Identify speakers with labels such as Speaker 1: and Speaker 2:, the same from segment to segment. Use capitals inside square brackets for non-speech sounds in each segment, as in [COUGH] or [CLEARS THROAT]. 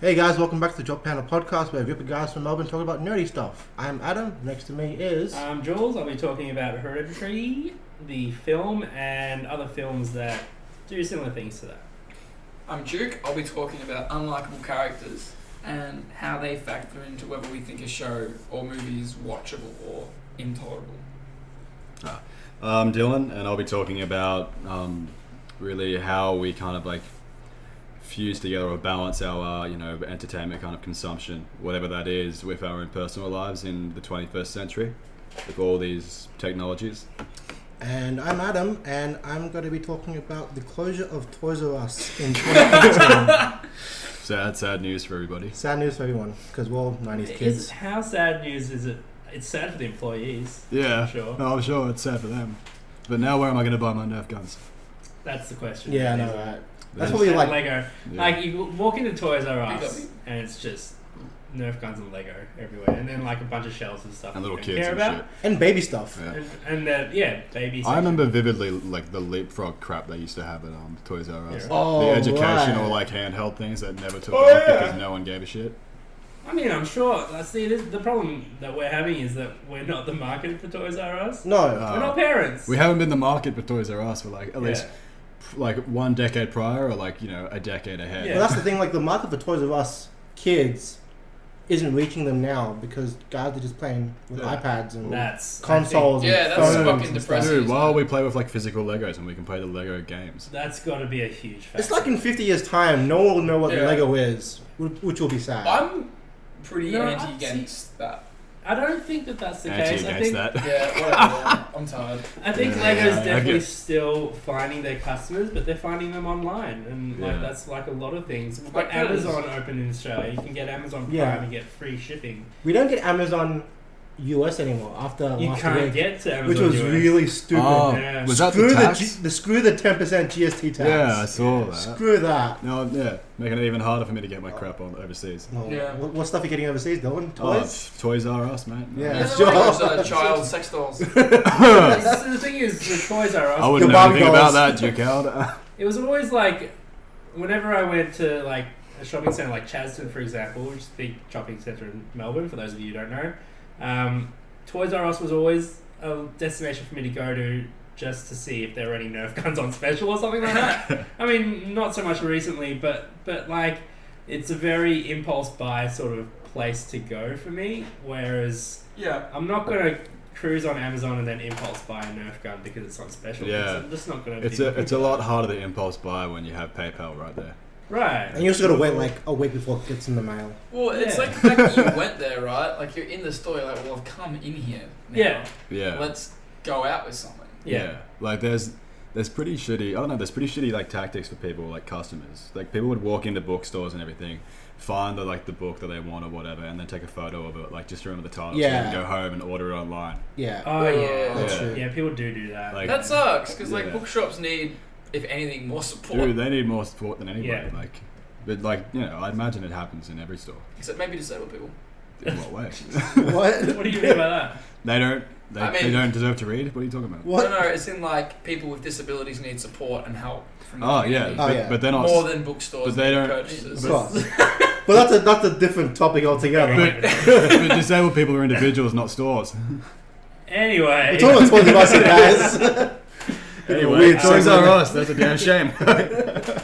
Speaker 1: Hey guys, welcome back to the Job Panel Podcast, where a group of guys from Melbourne talk about nerdy stuff. I'm Adam. Next to me is
Speaker 2: I'm Um, Jules. I'll be talking about Hereditary, the film, and other films that do similar things to that.
Speaker 3: I'm Duke. I'll be talking about unlikable characters and how they factor into whether we think a show or movie is watchable or intolerable.
Speaker 4: I'm Um, Dylan, and I'll be talking about um, really how we kind of like fuse together or balance our uh, you know entertainment kind of consumption, whatever that is, with our own personal lives in the 21st century with all these technologies.
Speaker 1: and I'm Adam, and I'm going to be talking about the closure of Toys R Us in 2015.
Speaker 4: Sad, sad news for everybody.
Speaker 1: Sad news for everyone, because we're all 90s
Speaker 2: It is-
Speaker 1: kids.
Speaker 2: how sad news is it? It's sad for the employees.
Speaker 4: Yeah,
Speaker 2: Sure.
Speaker 4: I'm sure it's sad for them. But now, where am I going to buy my Nerf guns?
Speaker 2: That's the question.
Speaker 1: Yeah, I know,
Speaker 2: It's
Speaker 1: right? That's probably
Speaker 4: There's-
Speaker 2: sad
Speaker 1: like
Speaker 2: Lego.
Speaker 4: Yeah.
Speaker 2: Like you walk into Toys R Us
Speaker 3: PW.
Speaker 2: and it's just Nerf guns and Lego everywhere, and then like a bunch of shells and stuff
Speaker 4: and
Speaker 2: you
Speaker 4: little
Speaker 2: don't
Speaker 4: kids
Speaker 2: care
Speaker 4: and
Speaker 2: about.
Speaker 4: shit.
Speaker 1: and baby stuff.
Speaker 4: Yeah.
Speaker 2: And, and then yeah, babies.
Speaker 4: I remember vividly like the leapfrog crap they used to have at um, Toys R Us.
Speaker 2: Yeah.
Speaker 1: Oh,
Speaker 4: the educational
Speaker 1: right.
Speaker 4: like handheld things that never took
Speaker 3: Oh,
Speaker 4: off
Speaker 3: yeah.
Speaker 4: because no one gave a shit.
Speaker 2: I mean, I'm sure. I see. This, the problem that we're having is that we're not the market for Toys R Us.
Speaker 1: No,
Speaker 2: we're
Speaker 4: Uh,
Speaker 2: not parents.
Speaker 4: we haven't been the market for Toys R Us for like at
Speaker 2: Yeah.
Speaker 4: least f- like one decade prior or like you know a decade ahead.
Speaker 2: Yeah.
Speaker 1: well, that's the thing. Like the market for Toys R Us kids isn't reaching them now because guys are just playing with
Speaker 4: Yeah.
Speaker 1: iPads and
Speaker 2: That's I think-
Speaker 1: consoles.
Speaker 3: Yeah,
Speaker 1: and
Speaker 3: that's
Speaker 1: phones
Speaker 3: fucking
Speaker 1: and
Speaker 3: depressing.
Speaker 4: Dude, while we play with like physical Legos and we can play the Lego games.
Speaker 2: That's got to be a huge factor.
Speaker 1: It's like in 50 years' time, no one will know what
Speaker 3: Yeah.
Speaker 1: Lego is, wh- which will be sad.
Speaker 3: I'm pretty
Speaker 2: No, I
Speaker 3: anti against that.
Speaker 2: I don't think that that's the
Speaker 4: Anti
Speaker 2: case. I
Speaker 4: against
Speaker 2: think
Speaker 4: that.
Speaker 3: Yeah, whatever. I'm tired.
Speaker 2: I think
Speaker 4: Yeah,
Speaker 2: Lego's
Speaker 4: yeah, I
Speaker 2: definitely
Speaker 4: get-
Speaker 2: still finding their customers, but they're finding them online, and like
Speaker 4: Yeah.
Speaker 2: that's like a lot of things. We've
Speaker 3: Like
Speaker 2: got
Speaker 3: those-
Speaker 2: Amazon open in Australia. You can get Amazon Prime
Speaker 1: Yeah.
Speaker 2: and get free shipping.
Speaker 1: we don't get Amazon US anymore after
Speaker 2: you
Speaker 1: last
Speaker 2: can't
Speaker 1: week,
Speaker 2: get to Amazon.
Speaker 1: which was
Speaker 2: US. [LAUGHS]
Speaker 1: really stupid.
Speaker 4: [LAUGHS] Oh,
Speaker 2: Yeah.
Speaker 4: was that
Speaker 1: screw
Speaker 4: the
Speaker 1: the,
Speaker 4: tax?
Speaker 1: G- the screw the 10% GST tax.
Speaker 4: yeah, I saw that.
Speaker 1: Screw that.
Speaker 4: No, yeah, making it even harder for me to get my crap on overseas.
Speaker 1: No.
Speaker 3: Yeah.
Speaker 1: What, what stuff are you getting overseas, Dylan?
Speaker 4: Oh,
Speaker 1: Toys?
Speaker 4: pff, Toys R Us, mate.
Speaker 1: Yeah,
Speaker 3: Yeah,
Speaker 1: sure.
Speaker 3: those are child sex dolls.
Speaker 2: [LAUGHS] So the thing is, the Toys R Us.
Speaker 4: [LAUGHS] I wouldn't
Speaker 1: Your
Speaker 4: know
Speaker 1: Barbie
Speaker 4: anything
Speaker 1: dolls.
Speaker 4: about that, Duke Howard.
Speaker 2: It was always like, whenever I went to like a shopping centre, like Chadstone, for example, which is a big shopping centre in Melbourne, for those of you who don't know, um, Toys R Us was always a destination for me to go to just to see if there were any Nerf [LAUGHS] guns on special or something like
Speaker 4: [LAUGHS]
Speaker 2: that. I mean, not so much recently, but but like, it's a very impulse buy sort of place to go for me. Whereas
Speaker 3: Yeah.
Speaker 2: I'm not gonna. Cruise on Amazon and then impulse buy a Nerf gun because it's on special.
Speaker 4: Yeah.
Speaker 2: I'm just not gonna.
Speaker 4: [LAUGHS] It's
Speaker 2: be-
Speaker 4: a it's a lot harder to impulse buy when you have PayPal right there.
Speaker 2: right.
Speaker 1: And you also gotta wait like a week before it gets in the mail.
Speaker 3: Well, it's
Speaker 2: Yeah.
Speaker 3: like the fact that you went there, right? Like you're in the store, you're like, well, I've come in here. Now.
Speaker 2: Yeah.
Speaker 4: Yeah.
Speaker 3: Let's go out with something.
Speaker 2: Yeah.
Speaker 4: Like there's there's pretty shitty I don't know, there's pretty shitty like tactics for people, like customers. Like people would walk into bookstores and everything, find the like the book that they want or whatever, and then take a photo of it, like just to remember the title
Speaker 1: Yeah.
Speaker 4: so they can go home and order it online.
Speaker 1: Yeah. [LAUGHS]
Speaker 2: Oh yeah.
Speaker 1: That's
Speaker 2: yeah.
Speaker 1: true.
Speaker 2: people do do that.
Speaker 4: Like-
Speaker 3: That sucks because like
Speaker 4: Yeah.
Speaker 3: bookshops need, if anything, more support.
Speaker 4: Dude, they need more support than anybody.
Speaker 2: Yeah.
Speaker 4: Like but like, you know, I imagine it happens in every store.
Speaker 3: Except maybe disabled people.
Speaker 4: In what way?
Speaker 1: what?
Speaker 2: what do you mean by that?
Speaker 4: they don't they,
Speaker 3: I mean-
Speaker 4: they don't deserve to read? What are you talking about?
Speaker 1: What?
Speaker 3: No, no, it's in like people with disabilities need support and help. From the
Speaker 4: Oh yeah.
Speaker 3: community.
Speaker 1: Oh,
Speaker 4: but,
Speaker 1: yeah.
Speaker 4: but they're not [LAUGHS]
Speaker 3: more than bookstores
Speaker 4: but they
Speaker 3: and
Speaker 4: don't-
Speaker 3: purchases.
Speaker 1: Of course. [LAUGHS] but that's a that's a different topic
Speaker 4: [LAUGHS]
Speaker 1: altogether.
Speaker 4: but, but disabled people are individuals, not stores.
Speaker 2: Anyway.
Speaker 1: We're talking
Speaker 2: [LAUGHS]
Speaker 1: about Toys R Us, here, guys.
Speaker 4: Anyway,
Speaker 1: weird
Speaker 4: Toys
Speaker 1: segment.
Speaker 4: R Us. That's a damn shame. Oh,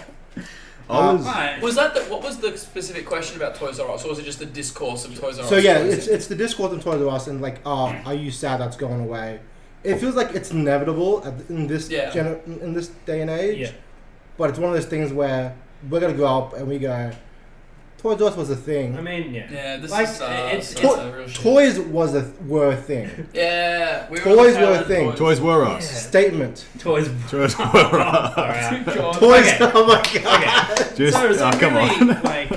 Speaker 4: I
Speaker 1: [LAUGHS]
Speaker 4: was,
Speaker 2: Right.
Speaker 3: [LAUGHS] Was that the, what was the specific question about Toys R Us, or was it just the discourse of Toys R Us?
Speaker 1: So yeah, it's it's the discourse in Toys R Us, and like, oh, are you sad that's going away? It feels like it's inevitable at- in this
Speaker 3: Yeah.
Speaker 1: gener- in this day and age.
Speaker 2: yeah.
Speaker 1: But it's one of those things where we're gonna go up and we go. Toys R Us was a thing.
Speaker 2: I mean, yeah.
Speaker 3: yeah, this
Speaker 2: Like,
Speaker 3: is uh,
Speaker 2: it's-
Speaker 3: it's,
Speaker 2: it's-
Speaker 3: a real shit.
Speaker 1: Toys was a were a
Speaker 2: [LAUGHS]
Speaker 1: thing.
Speaker 3: yeah, we
Speaker 1: Toys
Speaker 3: on the
Speaker 1: were a
Speaker 3: tail end of
Speaker 4: [LAUGHS]
Speaker 1: thing.
Speaker 4: Toys were us.
Speaker 1: Statement.
Speaker 2: Toys.
Speaker 4: Toys were
Speaker 2: [LAUGHS]
Speaker 3: [LAUGHS]
Speaker 4: us.
Speaker 2: Alright.
Speaker 3: God.
Speaker 1: Toys. [LAUGHS]
Speaker 2: Okay.
Speaker 1: Oh my god.
Speaker 2: Okay.
Speaker 4: [LAUGHS] Just,
Speaker 2: so, so
Speaker 4: oh, come
Speaker 2: really, [LAUGHS]
Speaker 4: on.
Speaker 2: like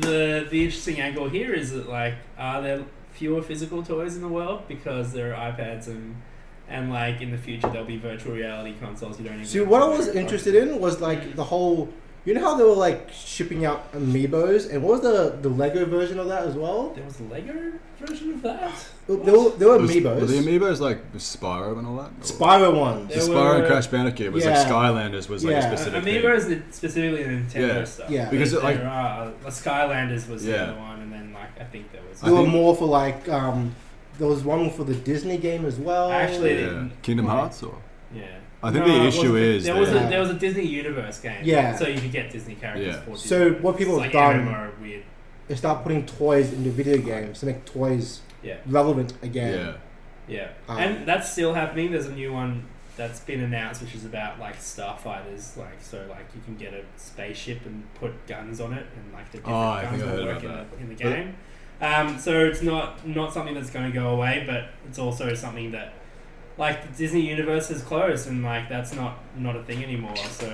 Speaker 2: the the interesting angle here is that like, are there fewer physical toys in the world because there are iPads and and like in the future there'll be virtual reality consoles you don't even.
Speaker 1: So
Speaker 2: have
Speaker 1: what I
Speaker 2: to
Speaker 1: was
Speaker 2: worry about.
Speaker 1: interested in was like the whole. You know how they were like shipping out amiibos, and what was the the Lego version of that as well?
Speaker 2: There was a Lego version of that.
Speaker 1: There were, there were
Speaker 4: Was-
Speaker 1: amiibos.
Speaker 4: Were the amiibos like Spyro and all that? Or-
Speaker 1: Spyro ones.
Speaker 4: The
Speaker 2: There
Speaker 4: Spyro and
Speaker 2: were-
Speaker 4: Crash Bandicoot was
Speaker 1: Yeah.
Speaker 4: like Skylanders was like
Speaker 1: Yeah.
Speaker 4: a specific thing.
Speaker 2: Amiibo is the, specifically the Nintendo
Speaker 4: Yeah.
Speaker 2: stuff.
Speaker 1: Yeah.
Speaker 4: Because
Speaker 2: There
Speaker 4: it, like-
Speaker 2: are, the Skylanders was the
Speaker 4: Yeah.
Speaker 2: other one, and then like I think there was
Speaker 1: There
Speaker 4: I
Speaker 1: were
Speaker 4: think-
Speaker 1: more for like um, there was one for the Disney game as well.
Speaker 2: Actually, they-
Speaker 4: Yeah. Kingdom Hearts or
Speaker 2: yeah.
Speaker 4: I think
Speaker 2: No,
Speaker 4: the
Speaker 2: it
Speaker 4: issue
Speaker 2: wasn't-
Speaker 4: is
Speaker 2: there was a
Speaker 1: that-
Speaker 2: there was a Disney Universe game.
Speaker 1: Yeah.
Speaker 2: So you could get Disney characters
Speaker 4: Yeah.
Speaker 2: for Disney.
Speaker 1: So what people
Speaker 2: it's
Speaker 1: have
Speaker 2: like
Speaker 1: done-
Speaker 2: MMO weird.
Speaker 1: they start putting toys into video games to make toys
Speaker 2: Yeah.
Speaker 1: relevant
Speaker 4: yeah.
Speaker 1: again.
Speaker 2: Yeah.
Speaker 1: Um,
Speaker 2: and that's still happening. There's a new one that's been announced which is about like starfighters. Like so like you can get a spaceship and put guns on it and like the different
Speaker 4: Oh, I
Speaker 2: guns
Speaker 4: think I
Speaker 2: that
Speaker 4: heard
Speaker 2: work in
Speaker 4: about
Speaker 2: the, in the
Speaker 4: But-
Speaker 2: game. Um, so it's not not something that's gonna go away, but it's also something that like the Disney universe is closed and like that's not not a thing anymore. So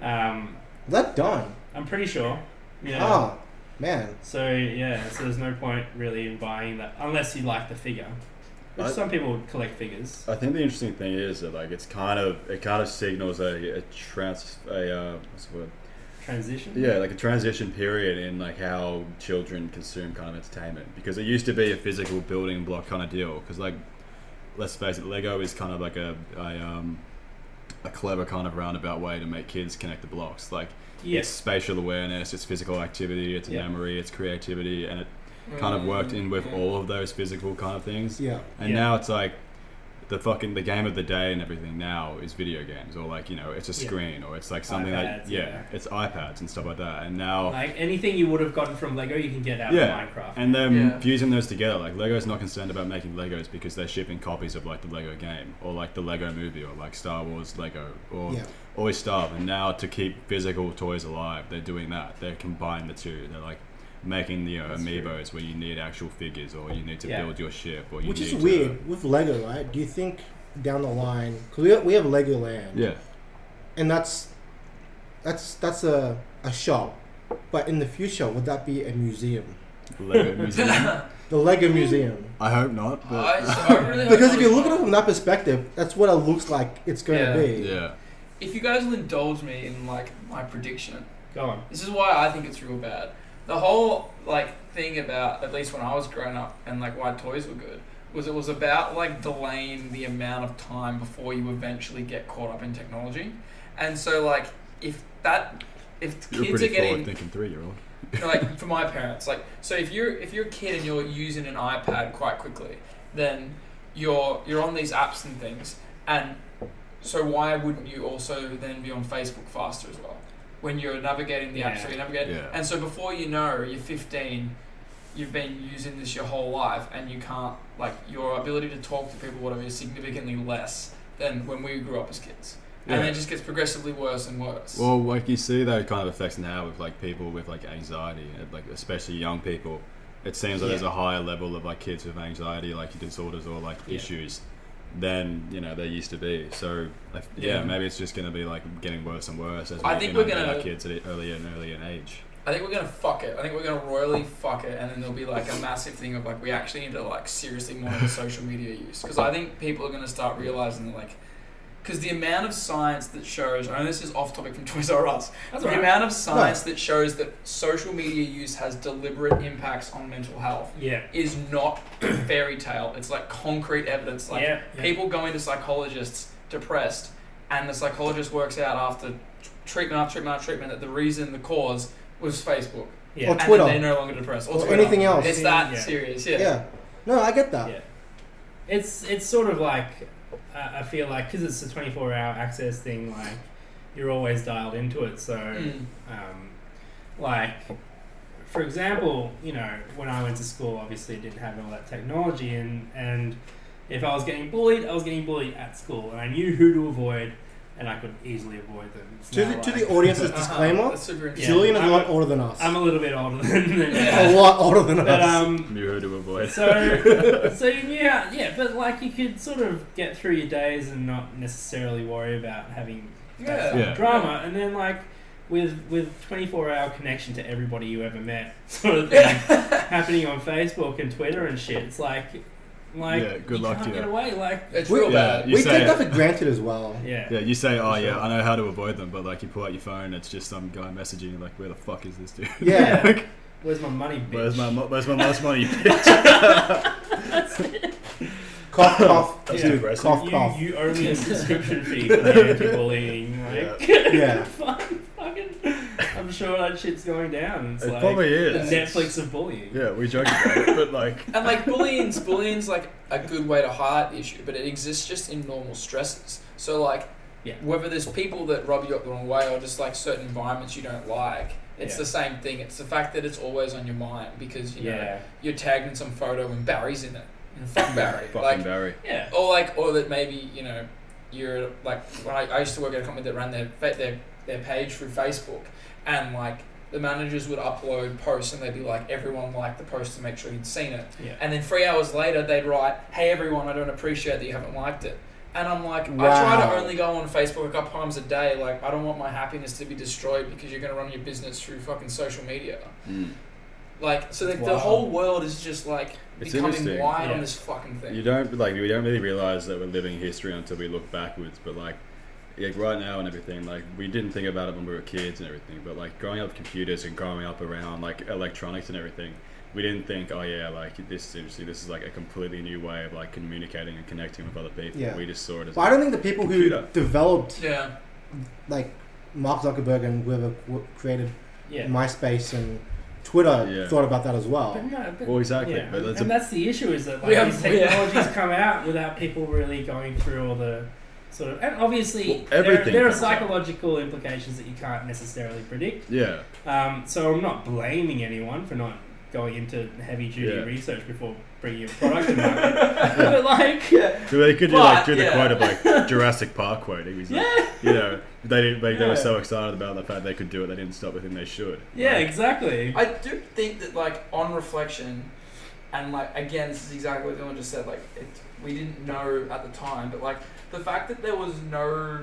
Speaker 2: um,
Speaker 1: Was that done?
Speaker 2: I'm pretty sure. Yeah.
Speaker 4: Oh.
Speaker 1: Ah, man.
Speaker 2: So yeah, so there's no point really in buying that unless you like the figure, which
Speaker 4: I-
Speaker 2: some people would collect figures.
Speaker 4: I think the interesting thing is that like it's kind of it kind of signals a, a trans a uh, what's the word
Speaker 2: Transition.
Speaker 4: Yeah, like a transition period in like how children consume kind of entertainment because it used to be a physical building block kind of deal. Because like, let's face it, Lego is kind of like a, a um a clever kind of roundabout way to make kids connect the blocks. Like it's
Speaker 2: Yes.
Speaker 4: spatial awareness, it's physical activity, it's
Speaker 2: Yeah. Mm.
Speaker 4: memory, it's creativity, and it
Speaker 3: [LAUGHS]
Speaker 4: kind of worked in with
Speaker 3: Yeah.
Speaker 4: all of those physical kind of things.
Speaker 1: Yeah.
Speaker 4: And
Speaker 2: Yeah.
Speaker 4: now it's like the fucking the game of the day and everything now is video games or like you know it's a
Speaker 2: Yeah.
Speaker 4: screen or it's like something
Speaker 2: iPads,
Speaker 4: like yeah,
Speaker 2: yeah.
Speaker 4: it's iPads and stuff like that. And
Speaker 1: Oh.
Speaker 4: now
Speaker 2: Like anything you would have gotten from Lego, you can get out
Speaker 4: Yeah.
Speaker 2: of Minecraft.
Speaker 4: and they're
Speaker 3: Yeah.
Speaker 4: fusing those together. Like Lego's not concerned about making Legos because they're shipping copies of like the Lego game or like the Lego movie or like Star Wars Lego or
Speaker 1: Yeah.
Speaker 4: always stuff. And now to keep physical toys alive, they're doing that. They're combining the two. They're like making the uh,
Speaker 2: That's true.
Speaker 4: amiibos where you need actual figures or you need to
Speaker 2: Yeah.
Speaker 4: build your ship or you
Speaker 1: Which
Speaker 4: need
Speaker 1: is
Speaker 4: to-
Speaker 1: weird with Lego, right? Do you think down the line because we have, we have Legoland,
Speaker 4: Yeah.
Speaker 1: and that's that's that's a a shop, but in the future would that be a museum?
Speaker 4: Lego museum.
Speaker 1: The Lego museum.
Speaker 4: I hope not,
Speaker 3: [LAUGHS]
Speaker 4: but [LAUGHS]
Speaker 3: I, so I really hope
Speaker 1: Because if
Speaker 3: not.
Speaker 1: you look at it from that perspective, that's what it looks like it's going
Speaker 3: Yeah.
Speaker 1: to be.
Speaker 4: yeah,
Speaker 3: if you guys will indulge me in like my prediction,
Speaker 2: Go on.
Speaker 3: this is why I think it's real bad. The whole like thing about at least when I was growing up and like why toys were good was it was about like delaying the amount of time before you eventually get caught up in technology, and so like if that if
Speaker 4: you're
Speaker 3: kids are
Speaker 4: pretty
Speaker 3: getting
Speaker 4: forward-thinking three-year-old.
Speaker 3: you know, [LAUGHS] like for my parents, like so if you're if you're a kid and you're using an iPad quite quickly, then you're you're on these apps and things, and so why wouldn't you also then be on Facebook faster as well when you're navigating the app? So
Speaker 2: Yeah.
Speaker 3: you navigate,
Speaker 4: Yeah.
Speaker 3: and so before you know, you're 15, you've been using this your whole life, and you can't like your ability to talk to people whatever is significantly less than when we grew up as kids, and
Speaker 4: Yeah.
Speaker 3: it just gets progressively worse and worse.
Speaker 4: Well, like you see those kind of effects now with like people with like anxiety, and, like especially young people. It seems like there's a higher level of like kids with anxiety, like disorders or like
Speaker 2: Yeah.
Speaker 4: issues, than you know there used to be. So like, yeah,
Speaker 3: Yeah.
Speaker 4: maybe it's just gonna be like getting worse and worse as we
Speaker 3: I think we're
Speaker 4: inundate
Speaker 3: gonna-
Speaker 4: our kids at e, earlier and earlier in age.
Speaker 3: I think we're gonna fuck it. I think we're gonna royally fuck it, and then there'll be like a massive thing of like we actually need to like seriously monitor social media use because I think people are gonna start realizing that like because the amount of science that shows. I know this is off topic from [LAUGHS] Toys R Us.
Speaker 2: That's
Speaker 3: the
Speaker 2: alright.
Speaker 3: amount of science that shows that social media use has deliberate impacts on mental health
Speaker 2: Yeah.
Speaker 3: is not [CLEARS THROAT] fairy tale. It's like concrete evidence. Like
Speaker 2: yeah. yeah.
Speaker 3: people go into psychologists depressed, and the psychologist works out after t- treatment after treatment after treatment that the reason, the cause, was Facebook.
Speaker 1: Or
Speaker 2: Yeah.
Speaker 3: and
Speaker 1: Twitter.
Speaker 3: Then they're no longer depressed. Or,
Speaker 1: Or
Speaker 3: Twitter.
Speaker 1: anything else.
Speaker 3: It's that
Speaker 2: Yeah.
Speaker 3: serious,
Speaker 1: Yeah.
Speaker 3: yeah.
Speaker 1: No, I get that.
Speaker 2: Yeah. It's it's sort of like uh, I feel like because it's a 24 hour access thing, like you're always dialed into it. So
Speaker 3: Mm.
Speaker 2: um, like for example you know when i went to school obviously it didn't have all that technology and and if i was getting bullied i was getting bullied at school and i knew who to avoid and i could easily avoid them It's
Speaker 1: To
Speaker 2: now
Speaker 1: the, to
Speaker 2: like-
Speaker 1: the audience's
Speaker 2: [LAUGHS]
Speaker 3: Uh-huh.
Speaker 1: disclaimer,
Speaker 3: That's super interesting.
Speaker 1: Julian is a
Speaker 2: I'm
Speaker 1: lot
Speaker 2: a-
Speaker 1: older than us.
Speaker 2: i'm a little bit older
Speaker 3: [LAUGHS]
Speaker 2: than, than
Speaker 1: [LAUGHS]
Speaker 3: Oh,
Speaker 1: a lot older than
Speaker 2: but
Speaker 1: us.
Speaker 2: um
Speaker 4: You who to avoid.
Speaker 2: so,
Speaker 3: [LAUGHS]
Speaker 2: so you knew how, yeah, but like you could sort of get through your days and not necessarily worry about having that
Speaker 3: Yeah.
Speaker 2: sort of
Speaker 4: Yeah.
Speaker 2: drama. And then like with with twenty four hour connection to [LAUGHS]
Speaker 3: [LAUGHS]
Speaker 2: everybody you ever met, sort of thing happening on Facebook and Twitter and shit. It's like Like,
Speaker 4: Yeah,
Speaker 2: you
Speaker 4: good luck
Speaker 2: can't
Speaker 4: to
Speaker 2: get
Speaker 4: you.
Speaker 2: away. Like,
Speaker 3: It's
Speaker 1: We-
Speaker 3: real
Speaker 1: yeah,
Speaker 3: bad.
Speaker 4: You
Speaker 1: we
Speaker 4: say
Speaker 1: take that
Speaker 4: it.
Speaker 1: for granted as well.
Speaker 2: yeah,
Speaker 4: [LAUGHS] Yeah, you say, oh
Speaker 1: For
Speaker 4: yeah,
Speaker 1: sure.
Speaker 4: I know how to avoid them, but like you pull out your phone, it's just some guy messaging you like, where the fuck is this dude?
Speaker 1: Yeah.
Speaker 4: [LAUGHS] like,
Speaker 2: Where's my money, bitch?
Speaker 4: where's my mo- where's my last money? bitch?
Speaker 1: Cough, cough,
Speaker 4: That's
Speaker 1: dude.
Speaker 4: depressing.
Speaker 1: Cough,
Speaker 2: you,
Speaker 1: cough.
Speaker 2: you owe
Speaker 4: [LAUGHS]
Speaker 2: me a subscription fee for the anti-bullying.
Speaker 4: Yeah.
Speaker 2: Like,
Speaker 1: Yeah.
Speaker 2: fucking, I'm sure that shit's going down. It's
Speaker 4: It
Speaker 2: like
Speaker 4: probably
Speaker 2: the
Speaker 4: is.
Speaker 2: Netflix of bullying.
Speaker 4: Yeah, we joke about it, but
Speaker 2: [LAUGHS]
Speaker 4: like,
Speaker 3: And like bullying's bullying's like a good way to highlight the issue, but it exists just in normal stresses. So like
Speaker 2: Yeah.
Speaker 3: whether there's people that rub you up the wrong way or just like certain environments you don't like, it's
Speaker 2: Yeah.
Speaker 3: the same thing. It's the fact that it's always on your mind because you know
Speaker 2: yeah,
Speaker 3: you're tagged in some photo and Barry's in it. And fuck Barry.
Speaker 4: [LAUGHS] fucking
Speaker 3: like
Speaker 4: Barry.
Speaker 2: yeah.
Speaker 3: or like or that maybe, you know, you're like when I, I used to work at a company that ran their fa- their their page through Facebook and like the managers would upload posts and they'd be like everyone liked the post to make sure you'd seen it.
Speaker 2: yeah.
Speaker 3: And then three hours later, they'd write, "Hey everyone, I don't appreciate that you haven't liked it." And I'm like, I try
Speaker 1: Wow.
Speaker 3: to only go on Facebook a couple times a day. Like, I don't want my happiness to be destroyed because you're going to run your business through fucking social media.
Speaker 1: Mm.
Speaker 3: Like, so the, the
Speaker 2: Wow.
Speaker 3: whole world is just like
Speaker 4: It's
Speaker 3: becoming
Speaker 4: interesting.
Speaker 3: wide on
Speaker 2: Yeah.
Speaker 3: this fucking thing.
Speaker 4: You don't like we don't really realize that we're living history until we look backwards, but like. Like right now and everything, like we didn't think about it when we were kids and everything, but like growing up with computers and growing up around like electronics and everything, we didn't think, oh yeah, like this is interesting. This is like a completely new way of like communicating and connecting with other people.
Speaker 1: Yeah.
Speaker 4: We just saw it as
Speaker 1: But I don't think the people
Speaker 4: Computer.
Speaker 1: who developed
Speaker 3: yeah,
Speaker 1: like Mark Zuckerberg and whoever w- created
Speaker 2: yeah.
Speaker 1: MySpace and Twitter
Speaker 4: Yeah.
Speaker 1: thought about that as well.
Speaker 2: But no, but,
Speaker 4: Well, exactly.
Speaker 2: yeah.
Speaker 4: But
Speaker 2: and
Speaker 4: that's a,
Speaker 2: that's the issue is that
Speaker 3: We
Speaker 2: like
Speaker 3: have-
Speaker 2: these
Speaker 3: yeah.
Speaker 2: technologies come out without people really going through all the sort of and obviously
Speaker 4: Well,
Speaker 2: there, are-
Speaker 4: everything
Speaker 2: there are
Speaker 4: comes out.
Speaker 2: psychological implications that you can't necessarily predict.
Speaker 4: yeah,
Speaker 2: Um, so I'm not blaming anyone for not going into heavy duty
Speaker 4: Yeah.
Speaker 2: research before bringing a product to
Speaker 4: [LAUGHS]
Speaker 2: market. [LAUGHS] but like, yeah,
Speaker 4: so they could do
Speaker 3: But,
Speaker 4: like do the
Speaker 3: yeah.
Speaker 4: quote of like Jurassic Park quote. He was like, you know, they didn't, like, they
Speaker 2: Yeah.
Speaker 4: were so excited about the fact they could do it, they didn't stop with him. They should. Like,
Speaker 2: exactly.
Speaker 3: [LAUGHS] I do think that like on reflection, and like again, this is exactly what Dylan just said. Like, it, we didn't know at the time, but like the fact that there was no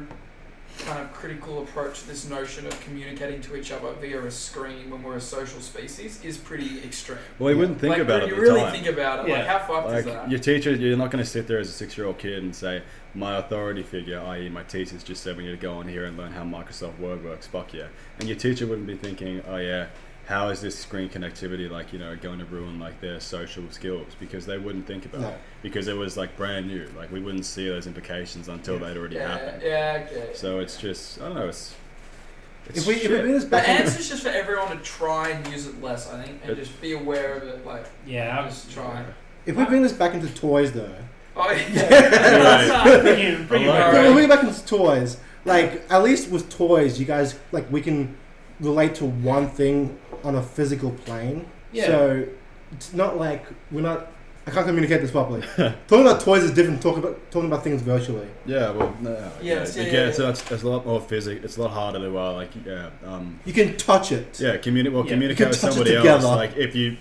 Speaker 3: kind of critical approach to this notion of communicating to each other via a screen when we're a social species is pretty extreme.
Speaker 4: well, you wouldn't think
Speaker 3: like,
Speaker 4: about
Speaker 3: when you
Speaker 4: it at the
Speaker 3: really
Speaker 4: time.
Speaker 3: think about it, like
Speaker 2: Yeah.
Speaker 3: how fucked is
Speaker 4: like
Speaker 3: that?
Speaker 4: your teacher, you're not going to sit there as a six-year-old kid and say, "My authority figure, i.e., my teachers, just said we need to go on here and learn how Microsoft Word works." Fuck yeah! And your teacher wouldn't be thinking, "Oh yeah, how is this screen connectivity like you know going to ruin like their social skills?" Because they wouldn't think about
Speaker 1: No.
Speaker 4: it because it was like brand new. Like we wouldn't see those implications until
Speaker 2: Yeah.
Speaker 4: they'd already
Speaker 3: yeah,
Speaker 4: happened.
Speaker 3: yeah, okay.
Speaker 4: So it's just I don't know. It's, it's
Speaker 1: if we if we
Speaker 4: shit.
Speaker 1: bring this
Speaker 3: the
Speaker 1: back, in,
Speaker 3: answer's just for everyone to try and use it less, I think, and
Speaker 4: It-
Speaker 3: just be aware of it. Like,
Speaker 2: Yeah, I was
Speaker 3: just try.
Speaker 1: if we bring this back into toys though,
Speaker 3: Oh
Speaker 4: Yeah.
Speaker 2: [LAUGHS]
Speaker 3: yeah.
Speaker 2: bringing, bringing
Speaker 1: if
Speaker 4: I like
Speaker 2: back-
Speaker 3: Alright.
Speaker 1: we bring it back into toys, like at least with toys, you guys like we can relate to one thing on a physical plane.
Speaker 2: Yeah.
Speaker 1: So it's not like we're not. I can't communicate this properly. [LAUGHS] talking about toys is different. Talk about talking about things virtually.
Speaker 4: Yeah, well, no,
Speaker 3: Yes,
Speaker 4: yeah,
Speaker 3: yeah,
Speaker 4: yeah,
Speaker 3: yeah,
Speaker 4: it's,
Speaker 3: yeah.
Speaker 4: It's, it's a lot more physical. It's a lot harder to uh, like, yeah, um,
Speaker 1: You can touch it.
Speaker 4: yeah, communi- well,
Speaker 2: Yeah.
Speaker 4: communicate
Speaker 1: You
Speaker 4: with
Speaker 1: can touch it
Speaker 4: somebody
Speaker 1: together.
Speaker 4: else. Like, if you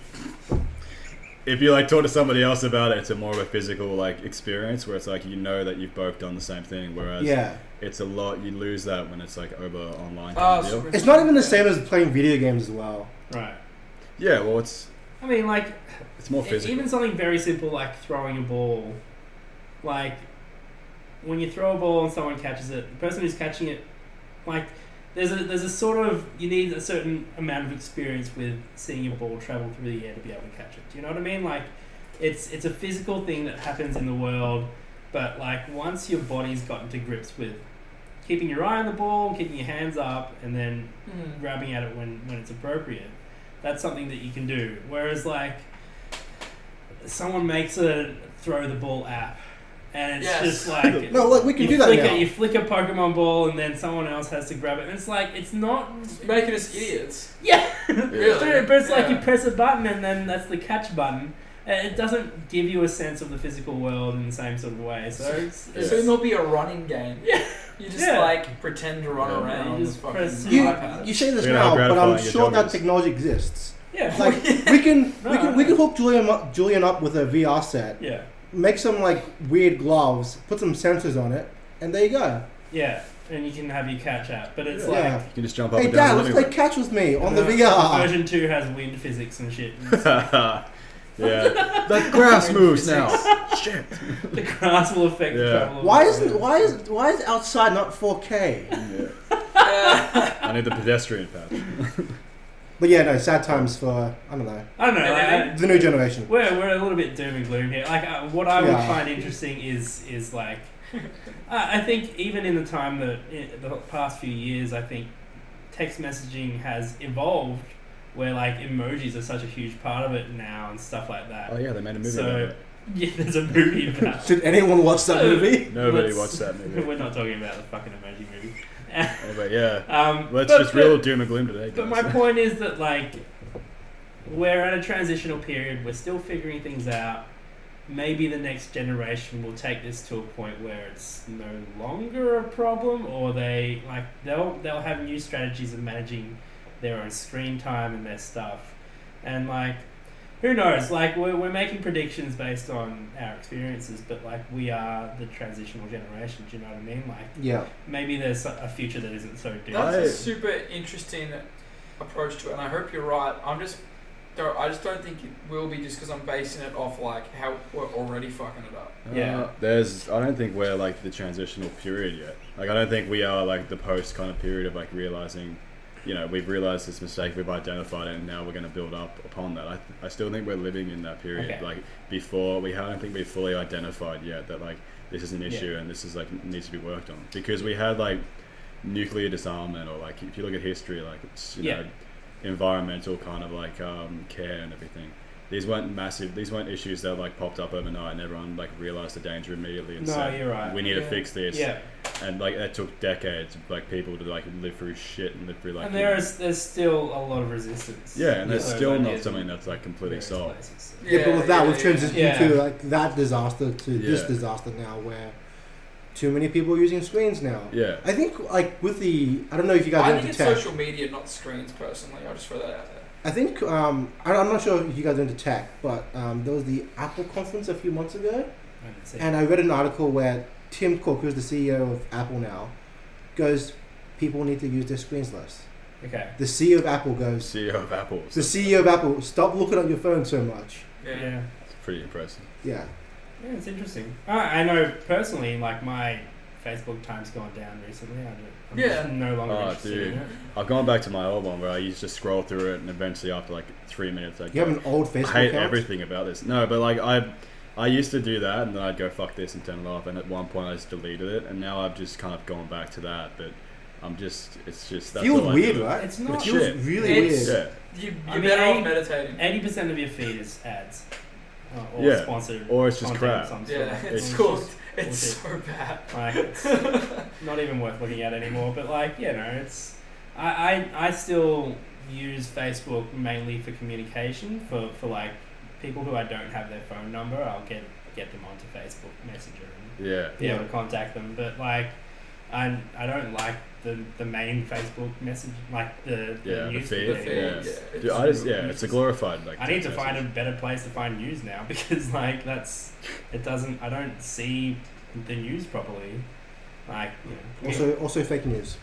Speaker 4: if you like talk to somebody else about it, it's a more of a physical like experience where it's like you know that you've both done the same thing. Whereas
Speaker 1: Yeah.
Speaker 4: it's a lot you lose that when it's like over online.
Speaker 3: Oh,
Speaker 4: Kind of deal.
Speaker 3: super-
Speaker 1: It's not even the same as playing video games as well.
Speaker 2: Right.
Speaker 4: Yeah, well, it's
Speaker 2: I mean, like
Speaker 4: it's more
Speaker 2: e-
Speaker 4: physical.
Speaker 2: even something very simple like throwing a ball, like when you throw a ball and someone catches it, the person who's catching it, like there's a there's a sort of you need a certain amount of experience with seeing your ball travel through the air to be able to catch it. Do you know what I mean? Like it's it's a physical thing that happens in the world, but like once your body's gotten to grips with keeping your eye on the ball, keeping your hands up, and then
Speaker 3: Mhm.
Speaker 2: grabbing at it when, when it's appropriate. That's something that you can do. Whereas, like, someone makes a throw the ball app, and it's
Speaker 3: Yes.
Speaker 2: just
Speaker 1: [LAUGHS]
Speaker 2: like.
Speaker 1: No, look, we can
Speaker 2: you
Speaker 1: do that
Speaker 2: flick
Speaker 1: now.
Speaker 2: a- you flick a Pokemon ball, and then someone else has to grab it. And it's like, it's not.
Speaker 3: making us idiots.
Speaker 2: Yeah!
Speaker 3: Really?
Speaker 2: but it's like you
Speaker 3: Yeah.
Speaker 2: press a button, and then that's the catch button. Uh, It doesn't give you a sense of the physical world in the same sort of way. So it's.
Speaker 4: Yeah.
Speaker 2: it's-
Speaker 3: Soon there'll be a running game.
Speaker 2: Yeah.
Speaker 3: You just
Speaker 2: Yeah.
Speaker 3: like pretend to run
Speaker 4: Yeah.
Speaker 3: around.
Speaker 2: You
Speaker 3: You
Speaker 2: just
Speaker 3: just
Speaker 2: press-
Speaker 3: fucking
Speaker 1: You
Speaker 3: iPad.
Speaker 1: you say this
Speaker 4: Look at
Speaker 1: now,
Speaker 4: how
Speaker 1: but I'm
Speaker 4: gratifying
Speaker 1: sure
Speaker 4: your job
Speaker 1: that
Speaker 4: is.
Speaker 1: technology exists.
Speaker 2: yeah.
Speaker 1: Like we can we
Speaker 2: No.
Speaker 1: can we can hook Julian up, Julian up with a VR set,
Speaker 2: yeah.
Speaker 1: make some like weird gloves, put some sensors on it, and there you go.
Speaker 2: Yeah. And you can have your catch app. But it's
Speaker 4: Yeah.
Speaker 2: like.
Speaker 1: Yeah.
Speaker 4: you can just jump up
Speaker 1: Hey
Speaker 4: and down.
Speaker 1: Dad,
Speaker 4: the
Speaker 1: let's
Speaker 4: living
Speaker 1: play catch with me on the
Speaker 2: Uh,
Speaker 1: VR.
Speaker 2: Version 2 has wind physics and shit.
Speaker 4: room. [LAUGHS]
Speaker 1: [LAUGHS]
Speaker 4: Yeah. the grass moves now. [LAUGHS] Shit.
Speaker 2: [LAUGHS] The grass will affect the
Speaker 4: Yeah.
Speaker 2: travel. of
Speaker 1: Why
Speaker 2: the-
Speaker 1: isn't why is why is outside not 4K?
Speaker 4: I need the pedestrian patch.
Speaker 1: But yeah, no, sad times for I don't know
Speaker 2: I don't know.
Speaker 3: Yeah.
Speaker 2: I,
Speaker 1: the new generation.
Speaker 2: we're, we're a little bit doom and gloom here. Like uh, what I would
Speaker 1: Yeah.
Speaker 2: find interesting is is like I I think even in the time that in the past few years, I think text messaging has evolved where like emojis are such a huge part of it now and stuff like that.
Speaker 4: Oh yeah, they made a movie
Speaker 2: So-
Speaker 4: about
Speaker 2: [LAUGHS] Yeah, there's a
Speaker 1: [LAUGHS]
Speaker 2: movie about. [LAUGHS]
Speaker 1: Did anyone watch that movie?
Speaker 4: it. Nobody
Speaker 2: Let's-
Speaker 4: watched that movie.
Speaker 2: [LAUGHS] We're not talking about the fucking emoji movie.
Speaker 4: Anyway, yeah.
Speaker 2: Um,
Speaker 4: Let's
Speaker 2: but-
Speaker 4: just
Speaker 2: but-
Speaker 4: real doom and gloom today.
Speaker 2: But
Speaker 4: guys.
Speaker 2: my point is that like we're at a transitional period. We're still figuring things out. Maybe the next generation will take this to a point where it's no longer a problem, or they like they'll they'll have new strategies of managing their own screen time and their stuff, and like who knows? Like we're we're making predictions based on our experiences, but like we are the transitional generation. Do you know what I mean? Like
Speaker 1: Yeah,
Speaker 2: maybe there's a a future that isn't so [LAUGHS] doomed.
Speaker 3: That's
Speaker 4: Right.
Speaker 3: a super interesting approach to it, and I hope you're right. I'm just, don't, I just don't think it will be just because I'm basing it off like how we're already fucking it up.
Speaker 2: Yeah.
Speaker 4: Uh, there's. I don't think we're like the transitional period yet. Like I don't think we are like the post kind of period of like realizing, you know, we've realized this mistake, we've identified it, and now we're going to build up upon that. I, I still think we're living in that period.
Speaker 2: Okay.
Speaker 4: Like before, we I don't think we fully identified yet that like this is an issue and this is like needs to be worked on because we had like nuclear disarmament or like if you look at history, like it's you
Speaker 2: Yeah.
Speaker 4: know environmental kind of like um, care and everything. These weren't massive. These weren't issues that like popped up overnight and everyone like realized the danger immediately and
Speaker 2: No,
Speaker 4: said,
Speaker 2: you're right.
Speaker 4: "We need
Speaker 3: Yeah.
Speaker 4: to fix this."
Speaker 2: Yeah.
Speaker 4: And like that took decades, of, like people to like live through shit and live through like.
Speaker 2: and there is there's still a lot of resistance.
Speaker 4: yeah, and
Speaker 2: to
Speaker 4: that's
Speaker 2: those
Speaker 4: still not
Speaker 2: ideas
Speaker 4: something
Speaker 2: in
Speaker 4: that's like completely
Speaker 2: various
Speaker 4: solved.
Speaker 2: places.
Speaker 1: yeah, But with that, we've transitioned
Speaker 2: yeah.
Speaker 1: to like that disaster to this
Speaker 4: Yeah.
Speaker 1: disaster now, where too many people are using screens now.
Speaker 4: Yeah,
Speaker 1: I think like with the I don't know if you guys
Speaker 3: I
Speaker 1: are into
Speaker 3: think it's
Speaker 1: tech.
Speaker 3: social media, not screens, personally. I'll just throw that out there.
Speaker 1: I think um, I, I'm not sure if you guys are into tech, but um, there was the Apple conference a few months ago.
Speaker 2: I don't see.
Speaker 1: And I read an article where Tim Cook, who's the CEO of Apple now, goes, people need to use their screens less.
Speaker 2: okay.
Speaker 1: The CEO of Apple goes,
Speaker 4: CEO E of Apple.
Speaker 1: the CEO of Apple, stop looking at your phone so much.
Speaker 2: Yeah.
Speaker 3: Yeah.
Speaker 2: yeah.
Speaker 4: It's pretty impressive.
Speaker 1: Yeah.
Speaker 2: it's interesting. Uh, I, I know personally, like my Facebook time's gone down recently. I don't, I'm
Speaker 3: Yeah.
Speaker 2: just no longer
Speaker 4: Oh,
Speaker 2: interested in
Speaker 4: dude.
Speaker 2: it.
Speaker 4: I've gone back to my old one where I used to scroll through it, and eventually after like three minutes, I
Speaker 1: You have an old
Speaker 4: I
Speaker 1: Facebook
Speaker 4: hate
Speaker 1: account?
Speaker 4: everything about this. No, but like I, I used to do that, and then I'd go fuck this and turn it off. And at one point, I just deleted it, and now I've just kind of gone back to that. But I'm just, it's just that's
Speaker 1: Feels
Speaker 4: all I
Speaker 1: weird,
Speaker 4: do.
Speaker 1: right?
Speaker 2: It's not.
Speaker 1: It feels
Speaker 4: Shit.
Speaker 1: really
Speaker 3: It's-
Speaker 1: weird.
Speaker 4: Yeah.
Speaker 3: You,
Speaker 2: I
Speaker 3: you're
Speaker 2: mean,
Speaker 3: better
Speaker 2: I-
Speaker 3: off meditating.
Speaker 2: Eighty percent of your feed is ads, uh, or
Speaker 4: Yeah.
Speaker 2: sponsored.
Speaker 4: Or it's just
Speaker 2: content
Speaker 4: crap.
Speaker 2: of some sort.
Speaker 3: Yeah, [LAUGHS] it's
Speaker 2: just-
Speaker 3: cool. It's
Speaker 2: just-
Speaker 3: so bad.
Speaker 2: Like, it's not even worth looking at anymore. But like, you know, it's I, I, I still use Facebook mainly for communication for, for like people who I don't have their phone number. I'll get get them onto Facebook Messenger and
Speaker 4: Yeah.
Speaker 2: be able to contact them. But like, I I don't like the the main Facebook message like the, the
Speaker 4: Yeah, the
Speaker 2: news
Speaker 4: feed,
Speaker 3: The
Speaker 2: feed
Speaker 3: feed,
Speaker 2: anymore.
Speaker 4: yeah.
Speaker 3: yeah,
Speaker 4: Dude, I just, yeah, it's a glorified like.
Speaker 2: I need to
Speaker 4: text
Speaker 2: find a
Speaker 4: message.
Speaker 2: better place to find news now [LAUGHS] because like that's it doesn't I don't see the news properly. Like you know,
Speaker 1: Also, also fake news.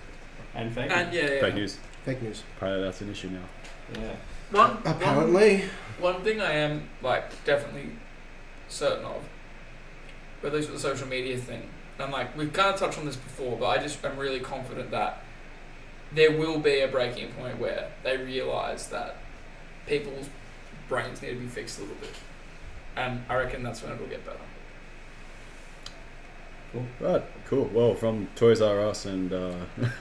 Speaker 2: and fake.
Speaker 3: And yeah, yeah.
Speaker 4: Fake news.
Speaker 1: Fake news.
Speaker 4: Apparently, that's an issue now.
Speaker 2: Yeah.
Speaker 3: One, one
Speaker 1: Apparently.
Speaker 3: One thing I am like definitely certain of, at least with the social media thing, and like we've kind of touched on this before, but I just am really confident that there will be a breaking point where they realise that people's brains need to be fixed a little bit, and I reckon that's when it'll get better.
Speaker 4: Right. Cool. Well, from Toys R Us and uh,